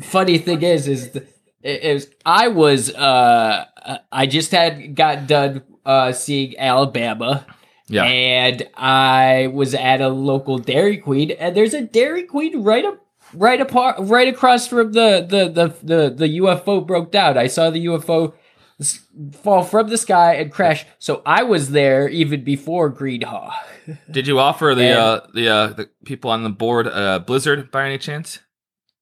D: funny thing is, is th- it, it was I was uh I just had got done uh seeing Alabama.
C: Yeah.
D: And I was at a local Dairy Queen, and there's a Dairy Queen right up, right apart, right across from the the the the, the UFO broke down. I saw the UFO s- fall from the sky and crash. So I was there even before Greenhaw.
C: Did you offer the
D: And-
C: uh, the uh, the people on the board uh, Blizzard by any chance?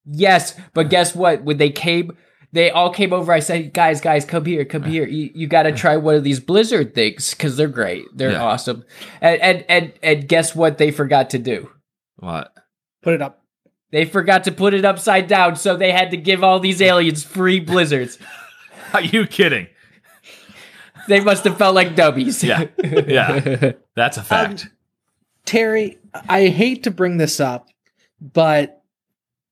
D: Yes, but guess what? When they came, they all came over. I said, "Guys, guys, come here, come here. You, you got to try one of these Blizzard things because they're great. They're
C: Yeah.
D: awesome." And, and and and guess what? They forgot to do.
C: What?
B: Put it up.
D: They forgot to put it upside down, so they had to give all these aliens free blizzards.
C: Are you kidding?
D: they must have felt like dummies.
C: Yeah. Yeah. That's a fact.
B: Terry, I hate to bring this up, but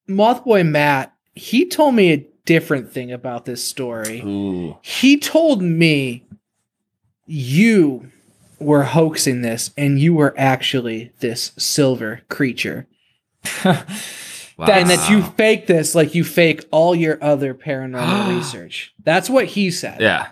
B: Mothboy Matt, he told me a different thing about
D: Um,
C: Hmm.
B: this story.
C: Ooh.
B: He told me you were hoaxing this and you were actually this silver creature.
C: Wow.
B: And that
C: Ah.
B: you fake this like you fake all your other paranormal research. That's what he said.
C: Yeah.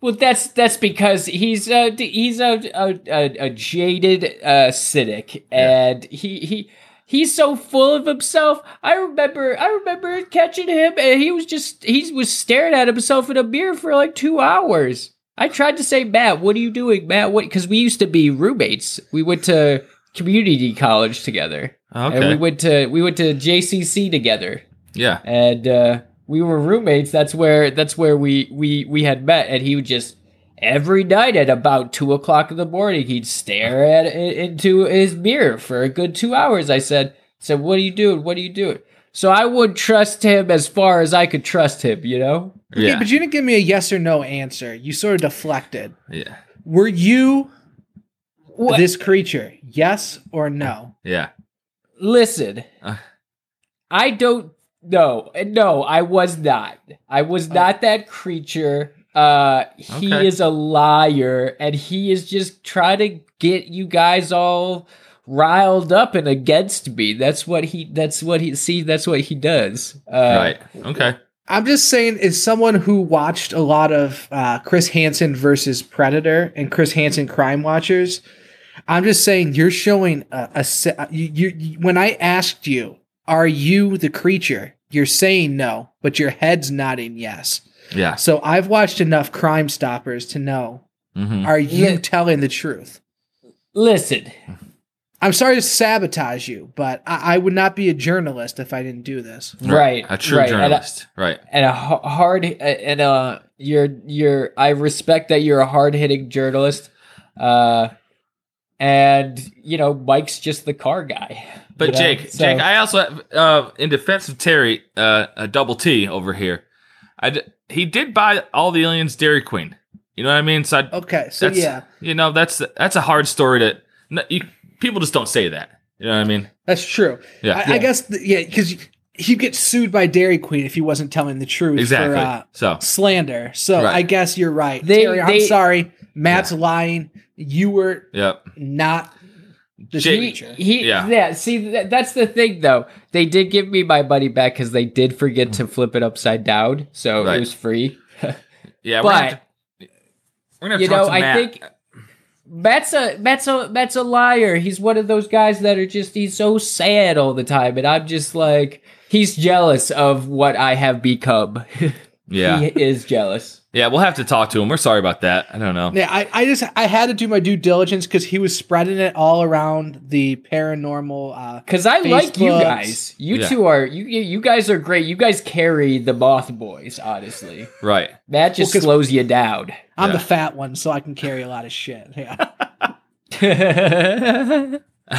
D: Well, that's that's because he's a he's a a, a, a jaded uh, cynic,
C: Yeah.
D: and he he. He's so full of himself. I remember, I remember catching him, and he was just—he was staring at himself in a mirror for like two hours. I tried to say, Matt, what are you doing, Matt? What? Because we used to be roommates. We went to community college together, and
C: Okay.
D: we went to we went to JCC together
C: yeah.
D: and uh, we were roommates. That's where that's where we we we had met, and he would just every night at about two o'clock in the morning, he'd stare at into his mirror for a good two hours. I said, said, what are you doing? What are you doing? So I would trust him as far as I could trust him, you know.
B: Okay,
C: Yeah.
B: but you didn't give me a yes or no answer. You sort of deflected.
C: Yeah.
B: Were you
D: What?
B: this creature? Yes or no?
C: Yeah.
D: Listen,
C: Uh.
D: I don't know. No, I was not. I was not that creature. Uh, he
C: Oh. Okay.
D: is a liar, and he is just trying to get you guys all riled up and against me. That's what he. That's what he. See, that's what he does. Uh,
C: right. Okay.
B: I'm just saying, as someone who watched a lot of uh, Chris Hansen versus Predator and Chris Hansen Crime Watchers, I'm just saying you're showing a, a se- uh, you, you, you- When I asked you, "Are you the creature?" You're saying no, but your head's nodding yes.
C: Yeah.
B: So I've watched enough Crime Stoppers to know:
C: hmm
B: Are you
D: Yeah.
B: telling the truth?
D: Listen,
B: I'm sorry to sabotage you, but I, I would not be a journalist if I didn't do this.
D: right,
C: A true
D: right, and I-
C: journalist. right.
D: and a ha- hard and uh you're you're I respect that you're a hard-hitting journalist uh and you know Mike's just the car guy
C: But
D: you know,
C: Jake,
D: so-
C: Jake, I also have, uh, in defense of Terry, uh, a double T over here. I d- he did buy all the aliens Dairy Queen. You know what I mean? So I,
B: Okay, so
C: that's
B: yeah,
C: you know that's that's a hard story to n- you, people just don't say that. You know what I mean?
B: that's true.
C: Yeah.
B: I, I guess, th- yeah, because he'd get sued by Dairy Queen if he wasn't telling the truth
C: exactly.
B: for uh,
C: so
B: slander. So
C: Right.
B: I guess you're right.
D: They-
B: Terry, I'm
D: they-
B: sorry. Matt's lying. You were
C: yep.
B: not the
C: Jake-
D: he,
B: creature.
D: he
C: Yeah.
D: yeah. see that, that's the thing though they did give me my money back because they did forget to flip it upside down so
C: Right.
D: it was free
C: Yeah. we're gonna have
D: but
C: to- we're gonna
D: you
C: talk
D: know
C: to
D: I
C: Matt.
D: think Matt's a Matt's a Matt's a liar he's one of those guys that are just he's so sad all the time and I'm just like he's jealous of what I have become
C: Yeah.
D: he is jealous.
C: Yeah. We'll have to talk to him. We're sorry about that. I don't know.
B: Yeah, I, I just I had to do my due diligence because he was spreading it all around the paranormal. Uh,
D: Cause I like you
B: Facebooks.
D: guys. You
C: Yeah.
D: two are you. You you guys are great. You guys carry the Moth Boys. Honestly,
C: Right.
D: that
B: Well,
D: just
B: 'cause-
D: slows you down.
B: I'm
C: Yeah.
B: the fat one, so I can carry a lot of shit. Yeah.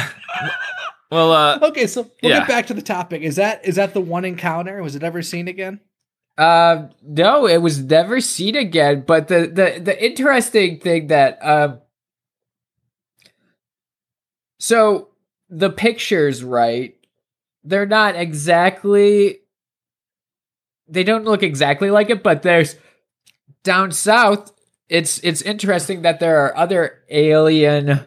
C: Well, uh,
B: okay, so we'll
C: Yeah.
B: get back to the topic. Is that is that the one encounter? Was it ever seen again?
D: Uh, no, it was never seen again. But the the the interesting thing that um, so the pictures, right? They're not exactly. They don't look exactly like it, but there's down south. It's it's interesting that there are other alien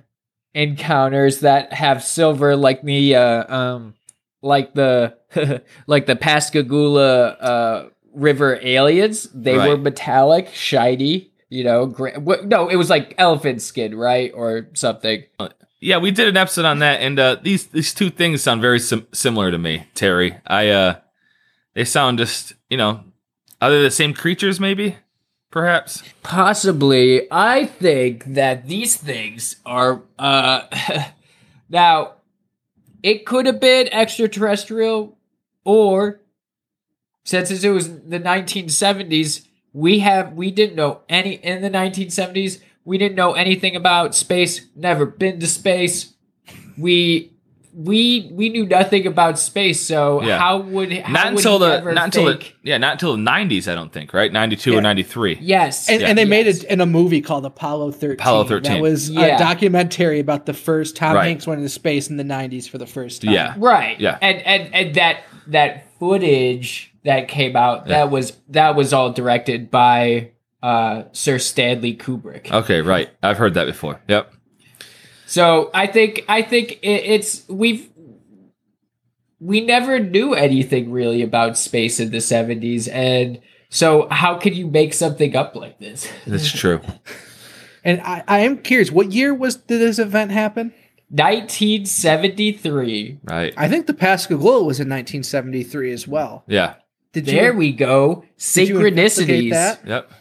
D: encounters that have silver, like the uh, um, like the like the Pascagoula uh, River aliens. They
C: Right.
D: were metallic, shiny. You know, gra- what, no, it was like elephant skin, right, or something.
C: Yeah, we did an episode on that, and uh, these these two things sound very sim- similar to me, Terry. I uh, they sound just you know, are they the same creatures? Maybe, perhaps.
D: Possibly, I think that these things are uh, now. It could have been extraterrestrial, or since it was the 1970s, we have we didn't know any in the 1970s. We didn't know anything about space. Never been to space. We we we knew nothing about space. So
C: Yeah.
D: how would how
C: not
D: would
C: until
D: he
C: the
D: ever
C: not until the,
D: think-
C: yeah, not until the nineties. I don't think right, ninety two
B: Yeah.
C: or ninety three.
D: yes
B: And,
C: Yeah.
B: and they made
D: Yes.
B: it in a movie called Apollo 13.
C: Apollo 13.
B: That was
D: Yeah.
B: a documentary about the first Tom
C: Right.
B: Hanks went into space in the 90s for the first time.
C: Yeah.
D: right
C: Yeah.
D: and and and that that footage that came out
C: Yeah.
D: that was that was all directed by uh sir stanley kubrick
C: Oh. Okay, right. I've heard that before. Yep.
D: So I think I think it, it's we've we never knew anything really about space in the seventies, and so how could you make something up like this?
C: That's true.
B: And I, I am curious, what year was did this event happen?
D: Nineteen seventy three.
C: Right.
B: I think the Pascagoula was in 1973 as well.
C: Yeah.
B: Did
D: There
B: you,
D: we go.
B: did you investigate
D: Synchronicities.
B: that?
C: Yep.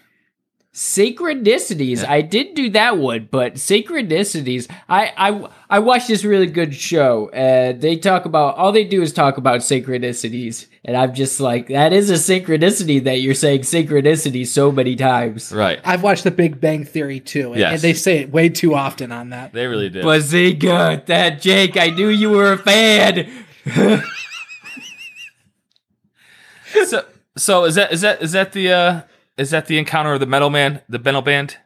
D: Synchronicities. I did do that one, but synchronicities. I I I watched this really good show, and they talk about all they do is talk about synchronicities, and I'm just like, that is a synchronicity that you're saying synchronicity so many times.
C: Right.
B: I've watched The Big Bang Theory too, and,
C: Yes.
B: and they say it way too often on that.
C: They really did.
D: Bazinga! That Jake, I knew you were a fan.
C: so, so is that is that is that the uh is that the encounter of the metal man, the metal band?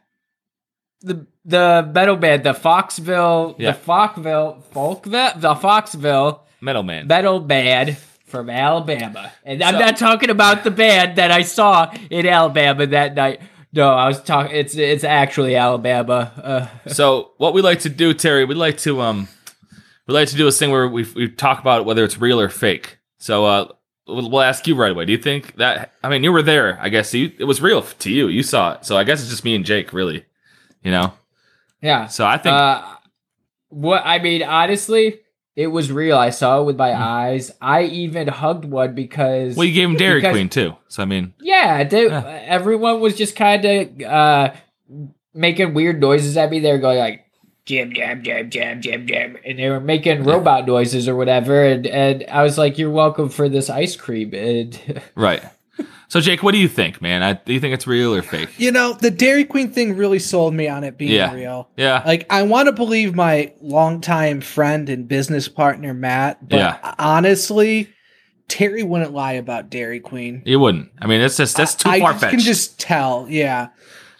D: the the metal band, the Foxville,
C: Yeah.
D: the Falkville, Falkville, the Foxville
C: Metal man.
D: metal band from Alabama. And I'm
C: So-
D: not talking about the band that I saw in Alabama that night. No, I was talking. It's it's actually Alabama. Uh,
C: so what we like to do, Terry, we like to um we like to do this thing where we we talk about whether it's real or fake. So uh we'll, we'll ask you right away. Do you think that I mean you were there, I guess you, it was real to you. You saw it. So I guess it's just me and Jake really. You know?
D: yeah.
C: So I think
D: Uh, what I mean, honestly, it was real. I saw it with my eyes. I even hugged one because
C: Hmm. well you gave him Dairy
D: because-
C: Queen too. So I mean
D: Yeah, they,
C: Yeah.
D: everyone was just kind of uh, making weird noises at me. They were going like jam, jam, jam, jam, jam, jam, and they were making
C: Yeah.
D: robot noises or whatever. And and I was like, "You're welcome for this ice cream." And
C: Right. So Jake, what do you think, man? I, do you think it's real or fake?
B: You know, the Dairy Queen thing really sold me on it being
C: Yeah.
B: real.
C: Yeah.
B: Like, I want to believe my longtime friend and business partner, Matt, but
C: Yeah.
B: honestly, Terry wouldn't lie about Dairy Queen.
C: You wouldn't. I mean, it's just that's too
B: I
C: far
B: just can
C: fetched.
B: just tell, yeah.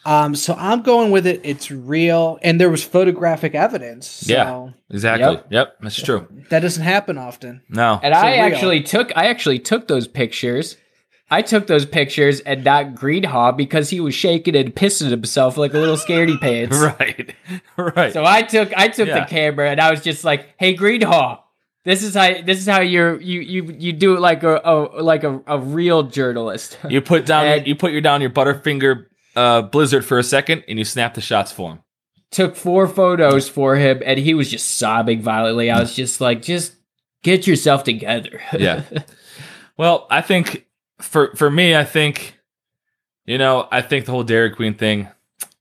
B: Um, so I'm going with it. It's real, and there was photographic evidence. So
C: Yeah. Exactly. Yep.
D: Yep.
C: That's true.
B: that doesn't happen often.
C: No.
D: and
B: So
D: I
B: real.
D: actually took I actually took those pictures. I took those pictures and not Greenhaw because he was shaking and pissing himself like a little scaredy pants.
C: Right. right.
D: So I took I took
C: Yeah.
D: the camera and I was just like, "Hey, Greenhaw, this is how this is how you're you you you do it like a, a like a, a real journalist."
C: you put down
D: And-
C: you put your down your butterfinger uh, blizzard for a second and you snap the shots for him.
D: took four photos for him and he was just sobbing violently. I was just like, "Just get yourself together."
C: Yeah. well, I think for for me, I think you know, I think the whole Dairy Queen thing,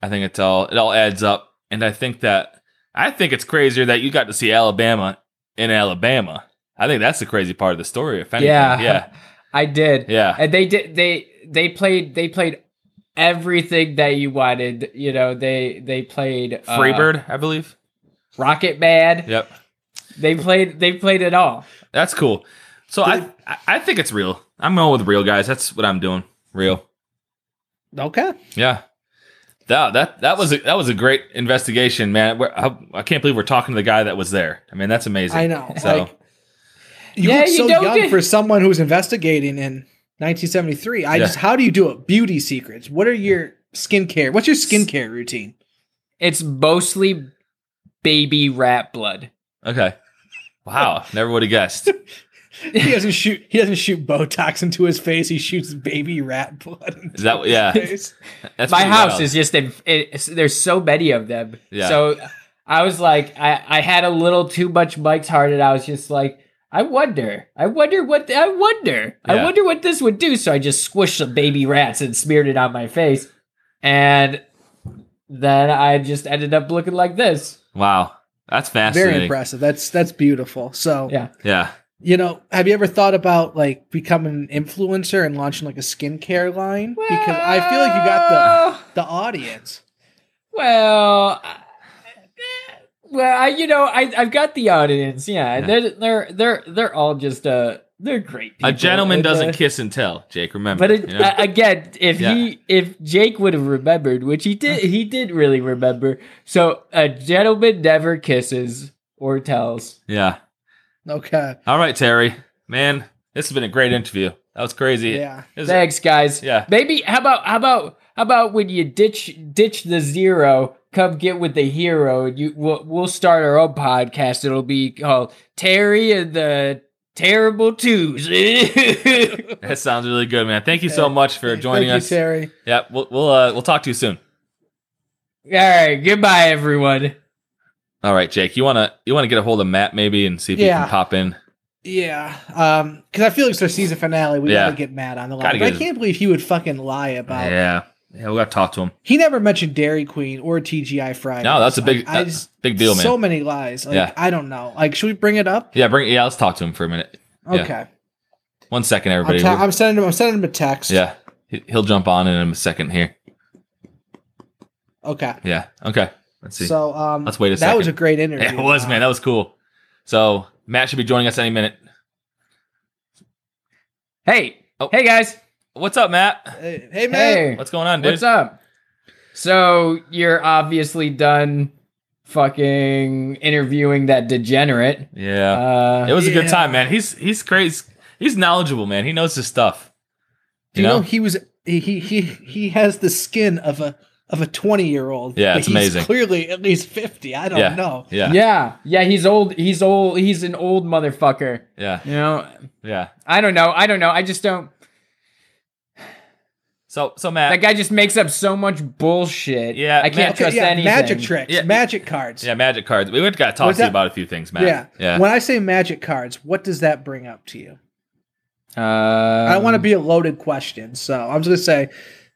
C: I think it's all it all adds up. And I think that I think it's crazier that you got to see Alabama in Alabama. I think that's the crazy part of the story, if anything.
D: Yeah.
C: Yeah.
D: I did.
C: Yeah.
D: And they did they they played they played everything that you wanted. You know, they they played uh,
C: Freebird, I believe.
D: Rocket Man.
C: Yep.
D: They played they played it all.
C: That's cool. So I, I I think it's real. I'm going with real guys. That's what I'm doing. Real.
B: Okay.
C: Yeah. That that that was a, that was a great investigation, man. We're, I, I can't believe we're talking to the guy that was there. I mean, that's amazing.
B: I know.
C: So
B: Like, you
D: Yeah,
B: look
D: you
B: so
D: don't
B: young
D: get-
B: for someone who's investigating in 1973. I
C: Yeah.
B: just, how do you do it? Beauty secrets. What are your skincare? What's your skincare routine?
D: It's mostly baby rat blood.
C: okay. Wow, never would have guessed.
B: He doesn't shoot. He doesn't shoot Botox into his face. He shoots baby rat blood. Into
C: Is that
B: his
C: yeah?
B: face.
C: That's
D: My
C: pretty
D: house
C: wild.
D: is just in, it, there's so many of them.
C: Yeah.
D: So I was like, I, I had a little too much Mike's heart, and I was just like, I wonder, I wonder what, I wonder,
C: Yeah.
D: I wonder what this would do. So I just squished some baby rats and smeared it on my face, and then I just ended up looking like this.
C: wow. That's fascinating.
B: Very impressive. That's that's beautiful. So
D: Yeah.
C: Yeah.
B: you know, have you ever thought about like becoming an influencer and launching like a skincare line? because I feel like you got
D: Well-
B: the the audience.
D: Well, I- well, I, you know, I I've got the audience. Yeah,
C: Yeah.
D: they're they're they're they're all just uh they're great. People.
C: A gentleman
D: And, uh,
C: doesn't kiss and tell, Jake. Remember.
D: But it,
C: you know?
D: uh, again, if
C: Yeah.
D: he if Jake would have remembered, which he did, he did really remember. So a gentleman never kisses or tells.
C: yeah.
B: Okay.
C: All right, Terry. Man, this has been a great interview. That was crazy.
B: Yeah.
C: It was-
D: Thanks, guys.
C: Yeah.
D: Maybe how about how about how about when you ditch ditch the zero, come get with the hero. And you, we'll, we'll start our own podcast. It'll be called Terry and the Terrible Twos.
C: That sounds really good, man. Thank you so much for joining
B: Thank
C: us.
B: you, Terry.
C: yeah, we'll we'll, uh, we'll talk to you soon.
D: All right, goodbye, everyone.
C: All right, Jake. You wanna you wanna get a hold of Matt maybe and see if he
B: Yeah.
C: can pop in.
B: Yeah, um, because I feel like it's our season finale. We
C: Yeah.
B: gotta get Matt on the line. But
C: Gotta get
B: I
C: his-
B: can't believe he would fucking lie about.
C: yeah, yeah. We gotta talk to him.
B: He never mentioned Dairy Queen or TGI Fridays.
C: No, that's a big
B: I, I
C: that's
B: just,
C: a big deal, man.
B: So many lies. Like,
C: Yeah.
B: I don't know. Like, should we bring it up?
C: yeah, bring yeah. Let's talk to him for a minute. Yeah.
B: Okay.
C: One second,
B: I'm,
C: everybody.
B: ta- I'm sending him. I'm sending him a text.
C: yeah, He- he'll jump on in a second here.
B: Okay.
C: Yeah. Okay. Let's see.
B: So um,
C: Let's wait a
B: that was a
C: second.
B: great interview.
C: Yeah, it was,
B: Uh,
C: man. That was cool. So Matt should be joining us any minute.
D: Hey,
C: Oh.
D: hey guys.
C: What's up, Matt?
B: Hey, hey, man.
D: Hey,
C: What's going on, dude?
D: what's up? So you're obviously done fucking interviewing that degenerate.
C: Yeah.
D: Uh,
C: it was a good
B: Yeah.
C: time, man. He's he's crazy. He's knowledgeable, man. He knows his stuff.
B: Do you know? he was he he he- he has the skin of a of a twenty year old.
C: Yeah, it's amazing.
B: Clearly, at least fifty. I don't
C: yeah.
B: know.
C: Yeah. Yeah.
D: yeah, yeah, he's old. He's old. He's an old motherfucker.
C: Yeah.
D: You know,
C: Yeah.
D: I don't know. I don't know. I just don't.
C: So so Matt.
D: That guy just makes up so much bullshit.
C: Yeah,
D: I can't
C: man.
D: trust anything.
B: Uh, magic tricks,
C: Yeah.
B: magic cards.
C: yeah, magic cards. We got to talk
B: What's
C: to you
B: that?
C: about a few things, Matt.
B: Yeah.
C: Yeah.
B: When I say magic cards, what does that bring up to you?
D: Uh,
B: I don't want to be a loaded question, so I'm just gonna say,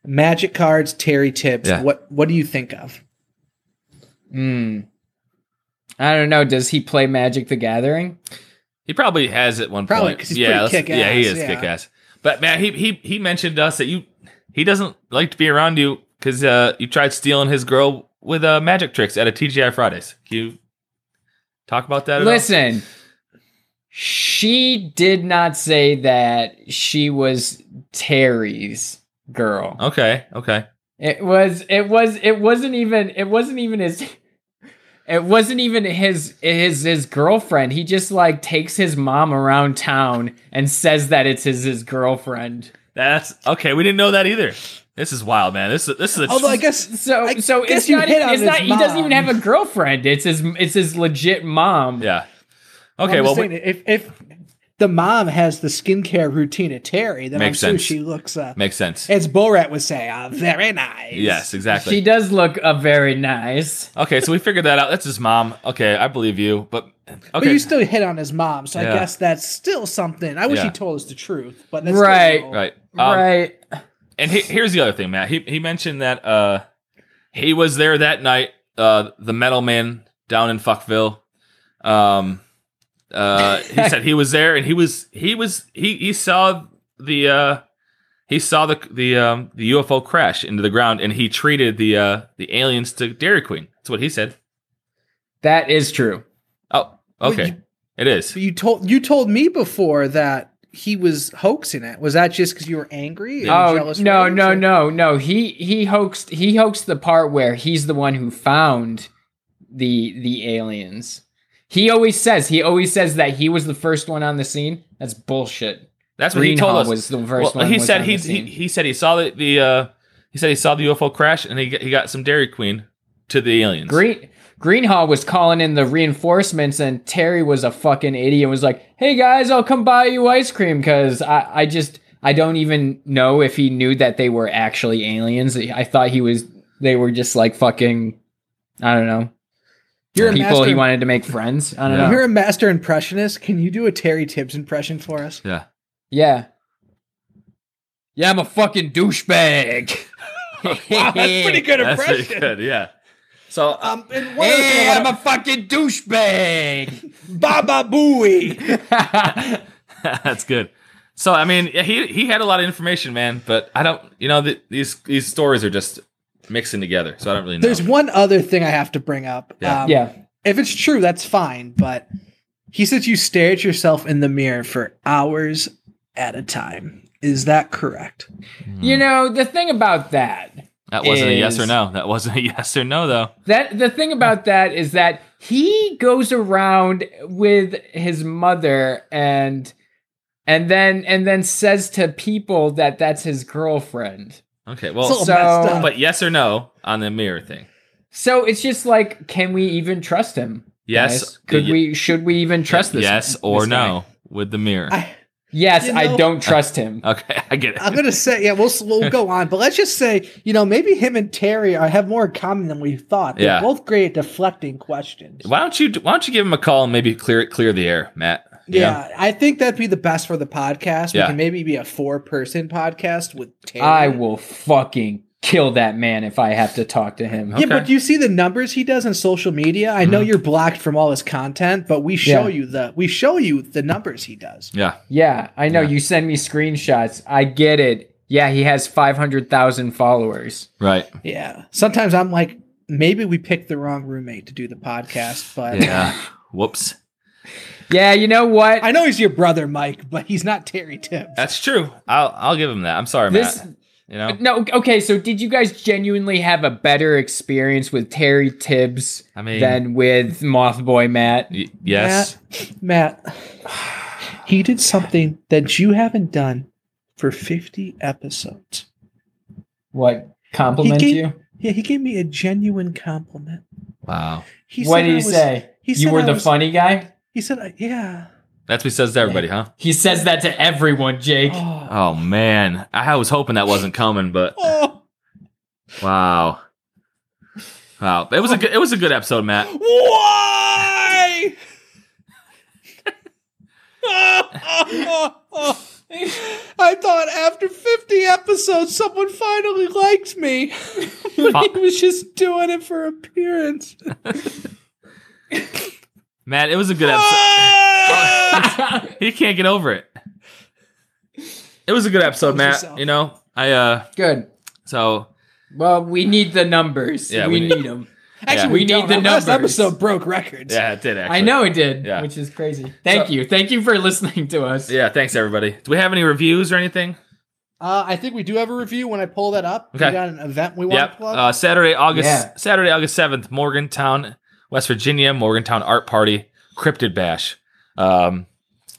B: magic cards, Terry Tibbs.
C: Yeah.
B: What what do you think of?
D: Hmm. I don't know. Does he play Magic the Gathering?
C: He probably has at one
B: Probably,
C: point.
B: 'cause he's
C: yeah,
B: pretty
C: let's- yeah, he
B: kick-ass,
C: is
B: yeah.
C: kick ass. But man, he he he mentioned to us that you he doesn't like to be around you because uh, you tried stealing his girl with uh, magic tricks at a TGI Fridays. Can you talk about that? at all?
D: Listen, she did not say that she was Terry's girl.
C: Okay. Okay.
D: It was. It was. It wasn't even. It wasn't even his. It wasn't even his his his girlfriend. He just like takes his mom around town and says that it's his his girlfriend.
C: That's okay. We didn't know that either. This is wild, man. This is this is a
B: Although I guess
D: So
B: I
D: so
B: guess
D: it's
B: you
D: not. e,
B: hit on
D: It's
B: his
D: not. He doesn't even
B: mom.
D: have a girlfriend. It's his. It's his legit mom.
C: yeah. Okay.
B: I'm
C: Well,
B: just
C: we-
B: saying, if if the mom has the skincare routine of Terry, then
C: Makes
B: I'm sure
C: sense.
B: she looks. Uh,
C: makes sense.
B: as Borat would say, uh, very nice.
C: Yes, exactly.
D: She does look uh, very nice.
C: okay, so we figured that out. That's his mom. Okay, I believe you. But okay,
B: But you still hit on his mom, so
C: Yeah.
B: I guess that's still something. I wish
C: Yeah.
B: he told us the truth, but that's
D: Right.
B: still-
C: right. Um,
D: right.
C: And he, here's the other thing, Matt. He he mentioned that uh, he was there that night. Uh, the metal man down in Fuckville. Um, uh, he said he was there, and he was he was he he saw the uh, he saw the the um, the UFO crash into the ground, and he treated the uh, the aliens to Dairy Queen. That's what he said.
D: That is true.
C: Oh,
B: Well,
C: okay,
B: you-
C: it is.
B: But you told you told me before that he was hoaxing it. Was that just because you were angry? or
D: Oh
B: jealous
D: no
B: rage,
D: no
B: or-
D: no no he he hoaxed he hoaxed the part where he's the one who found the the aliens. He always says he always says that he was the first one on the scene. That's bullshit.
C: That's what he told
D: Greenhall
C: us.
D: was the first
C: Well,
D: one.
C: He
D: was
C: said
D: on
C: he,
D: the
C: he
D: scene.
C: he said he saw the, the uh he said he saw the UFO crash and he got, he got some Dairy Queen to the aliens.
D: Green Greenhall was calling in the reinforcements, and Terry was a fucking idiot. and Was like, "Hey guys, I'll come buy you ice cream because I I just I don't even know if he knew that they were actually aliens. I thought he was they were just like fucking I don't know
B: You're a
D: people
B: master,
D: he wanted to make friends. I don't
C: Yeah.
D: know.
B: You're a master impressionist. Can you do a Terry Tibbs impression for us?
C: Yeah.
D: yeah, yeah, I'm a fucking douchebag.
B: Wow, that's pretty good
C: That's pretty
B: impression.
C: good. Yeah. So uh,
B: Um, and one other thing I
D: Yeah,
B: wanna-
D: I'm a fucking douchebag.
B: Baba Booey. uh,
C: that's good. So I mean, yeah, he he had a lot of information, man. But I don't, you know, th these these stories are just mixing together. So I don't really know.
B: There's one other thing I have to bring up. Um,
C: Yeah.
D: yeah.
B: If it's true, that's fine. But he said you stare at yourself in the mirror for hours at a time. Is that correct?
D: You know, the thing about that,
C: that wasn't a yes or
D: is-
C: no. That wasn't a yes or no though.
D: that the thing about that is that he goes around with his mother and and then and then says to people that that's his girlfriend.
C: Okay.
B: It's a
C: Well,
B: little
D: so-
B: messed up.
C: but yes or no on the mirror thing.
D: So it's just like, can we even trust him?
C: Yes.
D: guys? Could we? Should we even trust this?
C: yes or no Uh, with the mirror.
B: I,
D: Yes,
B: You
D: I
B: know-
D: don't trust him.
C: okay, I get it.
B: I'm gonna say, yeah, we'll s- we'll go on, but let's just say, you know, maybe him and Terry are, have more in common than we thought. They're
C: Yeah.
B: both great at deflecting questions.
C: why don't you Why don't you give him a call and maybe clear clear the air, Matt? You know?
B: Yeah. I think that'd be the best for the podcast.
C: Yeah.
B: We can maybe be a four person podcast with Terry.
D: I will fucking kill that man if I have to talk to him.
B: Yeah, but
C: Okay.
B: do you see the numbers he does on social media? I know you're blocked from all his content, but we show
D: Mm-hmm. Yeah.
B: you the we show you the numbers he does.
C: Yeah.
D: Yeah, I know.
C: Yeah.
D: You send me screenshots. I get it. Yeah, he has 500,000 followers.
C: Right.
B: Yeah. Sometimes I'm like, maybe we picked the wrong roommate to do the podcast, but
C: Yeah. Whoops.
D: Yeah, you know what?
B: I know he's your brother, Mike, but he's not Terry Tibbs.
C: That's true. I'll I'll give him that. I'm sorry,
D: This-
C: Matt. You know,
D: No, okay, so did you guys genuinely have a better experience with Terry Tibbs
C: I mean-
D: than with Mothboy Matt?
C: Y- yes.
B: Matt, Matt, he did something that you haven't done for 50 episodes.
D: What
B: He
D: compliment
B: gave,
D: you?
B: Yeah, he gave me a genuine compliment.
C: Wow.
B: He
D: what
B: said I
D: did he
B: was-
D: say?
B: he
D: you
B: said
D: were
B: I
D: the
B: was-
D: funny guy?
B: He said, I- "Yeah."
C: That's what he says to everybody, huh?
D: He says that to everyone, Jake.
B: Oh,
C: Oh man, I was hoping that wasn't coming, but
B: oh,
C: wow, wow, it was a good, it was a good episode, Matt.
B: why? I thought after 50 episodes, someone finally liked me. but he was just doing it for appearance.
C: Matt, it was a good episode.
B: Oh.
C: He can't get over it. It was a good episode,
B: Compose
C: Matt.
B: yourself.
C: You know, I uh,
D: Good.
C: so
D: Well, we need the numbers.
C: Yeah,
D: we,
C: we need-
D: need them.
B: Actually,
C: Yeah.
B: we,
D: We
B: don't.
D: need the
B: Our Last
D: numbers.
B: episode broke records.
C: yeah, it did. Actually.
D: I know it did,
C: Yeah.
D: which is crazy. Thank you. Thank you for listening to us.
C: Yeah, thanks everybody. Do we have any reviews or anything?
B: Uh, I think we do have a review when I pull that up.
C: Okay.
B: We got an event we want to
C: Yep.
B: plug.
C: Uh, Saturday, August
D: Yeah.
C: Saturday, August seventh, Morgantown, West Virginia, Morgantown Art Party, Cryptid Bash. Um,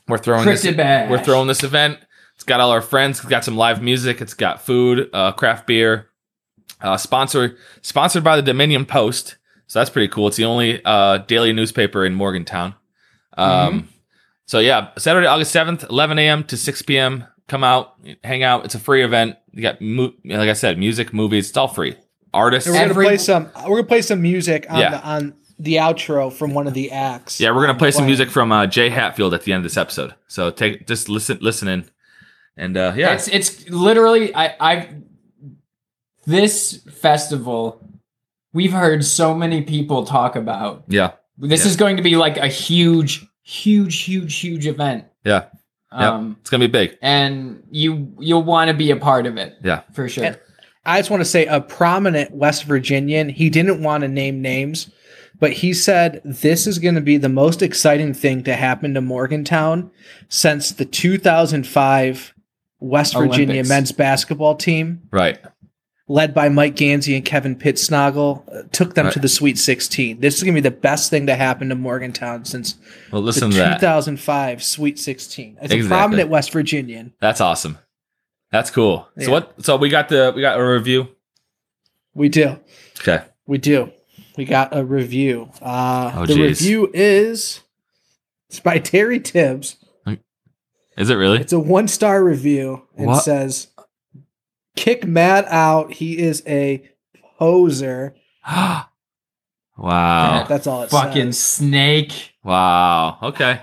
C: we're throwing this-
D: Cryptid Bash.
C: We're throwing this event. It's got all our friends. It's got some live music. It's got food, uh, craft beer. Uh, sponsor sponsored by the Dominion Post. So that's pretty cool. It's the only uh, daily newspaper in Morgantown. Um,
B: Mm-hmm.
C: So yeah, Saturday, August seventh, eleven a.m. to six p.m. Come out, hang out. It's a free event. You got mu- like I said, music, movies. It's all free. Artists.
B: And we're
D: Every-
B: gonna play some. We're gonna play some music on
C: Yeah.
B: the on the outro from one of the acts.
C: Yeah, we're gonna play some
B: Wow.
C: music from uh, Jay Hatfield at the end of this episode. So take just listen, listen in, and uh, yeah,
D: It's it's literally I I this festival we've heard so many people talk about.
C: yeah,
D: This
C: Yeah.
D: is going to be like a huge huge huge huge event.
C: yeah.
D: Um
C: It's gonna be big.
D: and you you'll want to be a part of it.
C: Yeah.
D: For sure.
B: And- I just want to say a prominent West Virginian. He didn't want to name names, but he said this is going to be the most exciting thing to happen to Morgantown since the 2005 West Virginia
D: Olympics.
B: men's basketball team,
C: Right.
B: led by Mike Gansey and Kevin Pitsnoggle, uh, took them
C: Right.
B: to the Sweet 16. This is going to be the best thing to happen to Morgantown since
C: Well,
B: the
C: listen to that.
B: 2005 Sweet 16. As a
C: Exactly.
B: prominent West Virginian,
C: That's awesome. That's cool.
B: Yeah.
C: So what? So we got the we got a review.
B: we do.
C: Okay.
B: We do. We got a review. Uh,
C: Oh,
B: the
C: geez.
B: review is it's by Terry Tibbs.
C: Is it really?
B: It's a one star review and
C: What?
B: says, "Kick Matt out. He is a poser."
C: wow.
B: That's all it
D: Fucking
B: says.
D: snake.
C: Wow. Okay.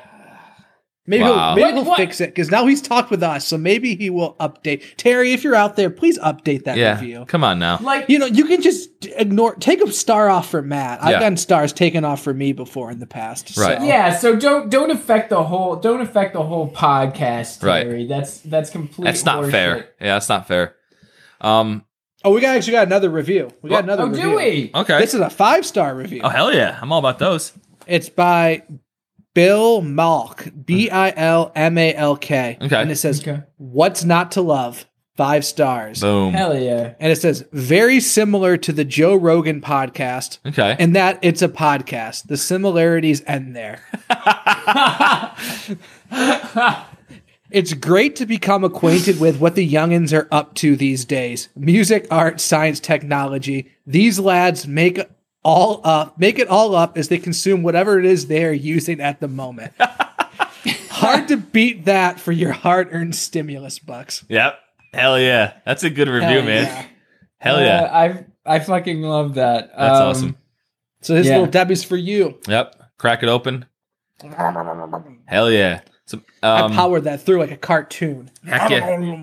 B: Maybe he'll,
C: Wow.
B: maybe
D: What-
B: he'll
D: what?
B: fix it because now he's talked with us, so maybe he will update. Terry, if you're out there, please update that
C: yeah.
B: review.
C: Come on now.
D: Like
B: You know, you can just ignore, take a star off for Matt. I've
C: Yeah.
B: gotten stars taken off for me before in the past.
C: Right.
B: so-
D: yeah, so don't don't affect the whole don't affect the whole podcast,
C: Right.
D: Terry. That's that's complete.
C: That's not
D: horseshit.
C: fair. Yeah, that's not fair. Um.
B: Oh, we got actually got another review. We got another
D: Oh,
B: review.
D: do we?
C: Okay.
B: This is a five star review.
C: oh hell yeah! I'm all about those.
B: It's by Bill Malk, B I L M A L K.
C: Okay.
B: And it says,
D: Okay.
B: What's Not to Love? Five stars.
C: Boom.
D: Hell yeah.
B: And it says, Very similar to the Joe Rogan podcast,
C: Okay.
B: and that it's a podcast. The similarities end there. It's great to become acquainted with what the youngins are up to these days. Music, art, science, technology. These lads make all up, make it all up as they consume whatever it is they are using at the moment. Hard to beat that for your hard earned stimulus bucks.
C: Yep. Hell yeah. That's a good review,
B: Hell
C: man.
B: yeah. Uh,
C: Hell
D: Uh,
C: yeah.
D: I I fucking love that.
C: That's
D: Um,
C: awesome.
B: So this
D: Yeah.
B: little Debbie's for you.
C: Yep. Crack it open. Hell yeah. So, um, eh,
B: I powered that through like a cartoon.
C: heck yeah.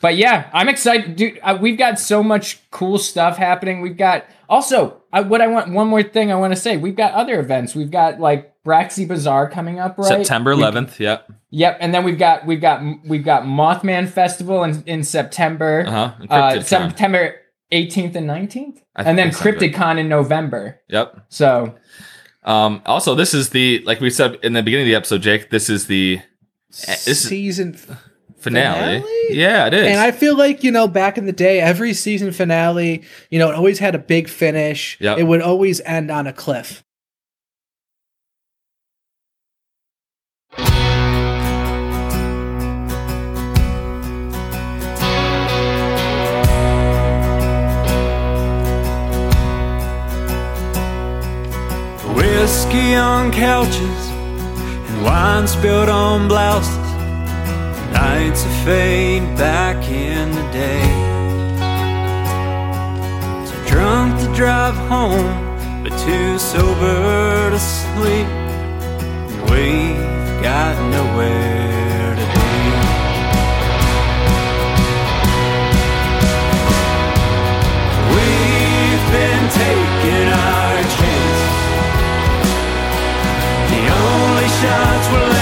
D: But yeah, I'm excited, dude. Uh, we've got so much cool stuff happening. We've got also I, what I want. One more thing I want to say. We've got other events. We've got like Braxy Bazaar coming up, right?
C: September 11th. Yep.
D: Yep, and then we've got we've got we've got Mothman Festival in in September.
C: Uh-huh. And
D: Uh,
C: Cryptid Con.
D: September 18th and 19th,
C: I
D: and then
C: think that sounds right.
D: CryptidCon in November.
C: Yep.
D: So
C: Um, also, this is the like we said in the beginning of the episode, Jake. This is the is-
B: Season
C: finale.
B: Finale?
C: Yeah, it is.
B: And I feel like, you know, back in the day, every season finale, you know, it always had a big finish.
C: Yep.
B: It would always end on a cliff.
E: Whiskey on couches and wine spilled on blouses. Nights of fade back in the day. Too drunk to drive home, but too sober to sleep. And we've got nowhere to be. We've been taking our chances. The only shots we're left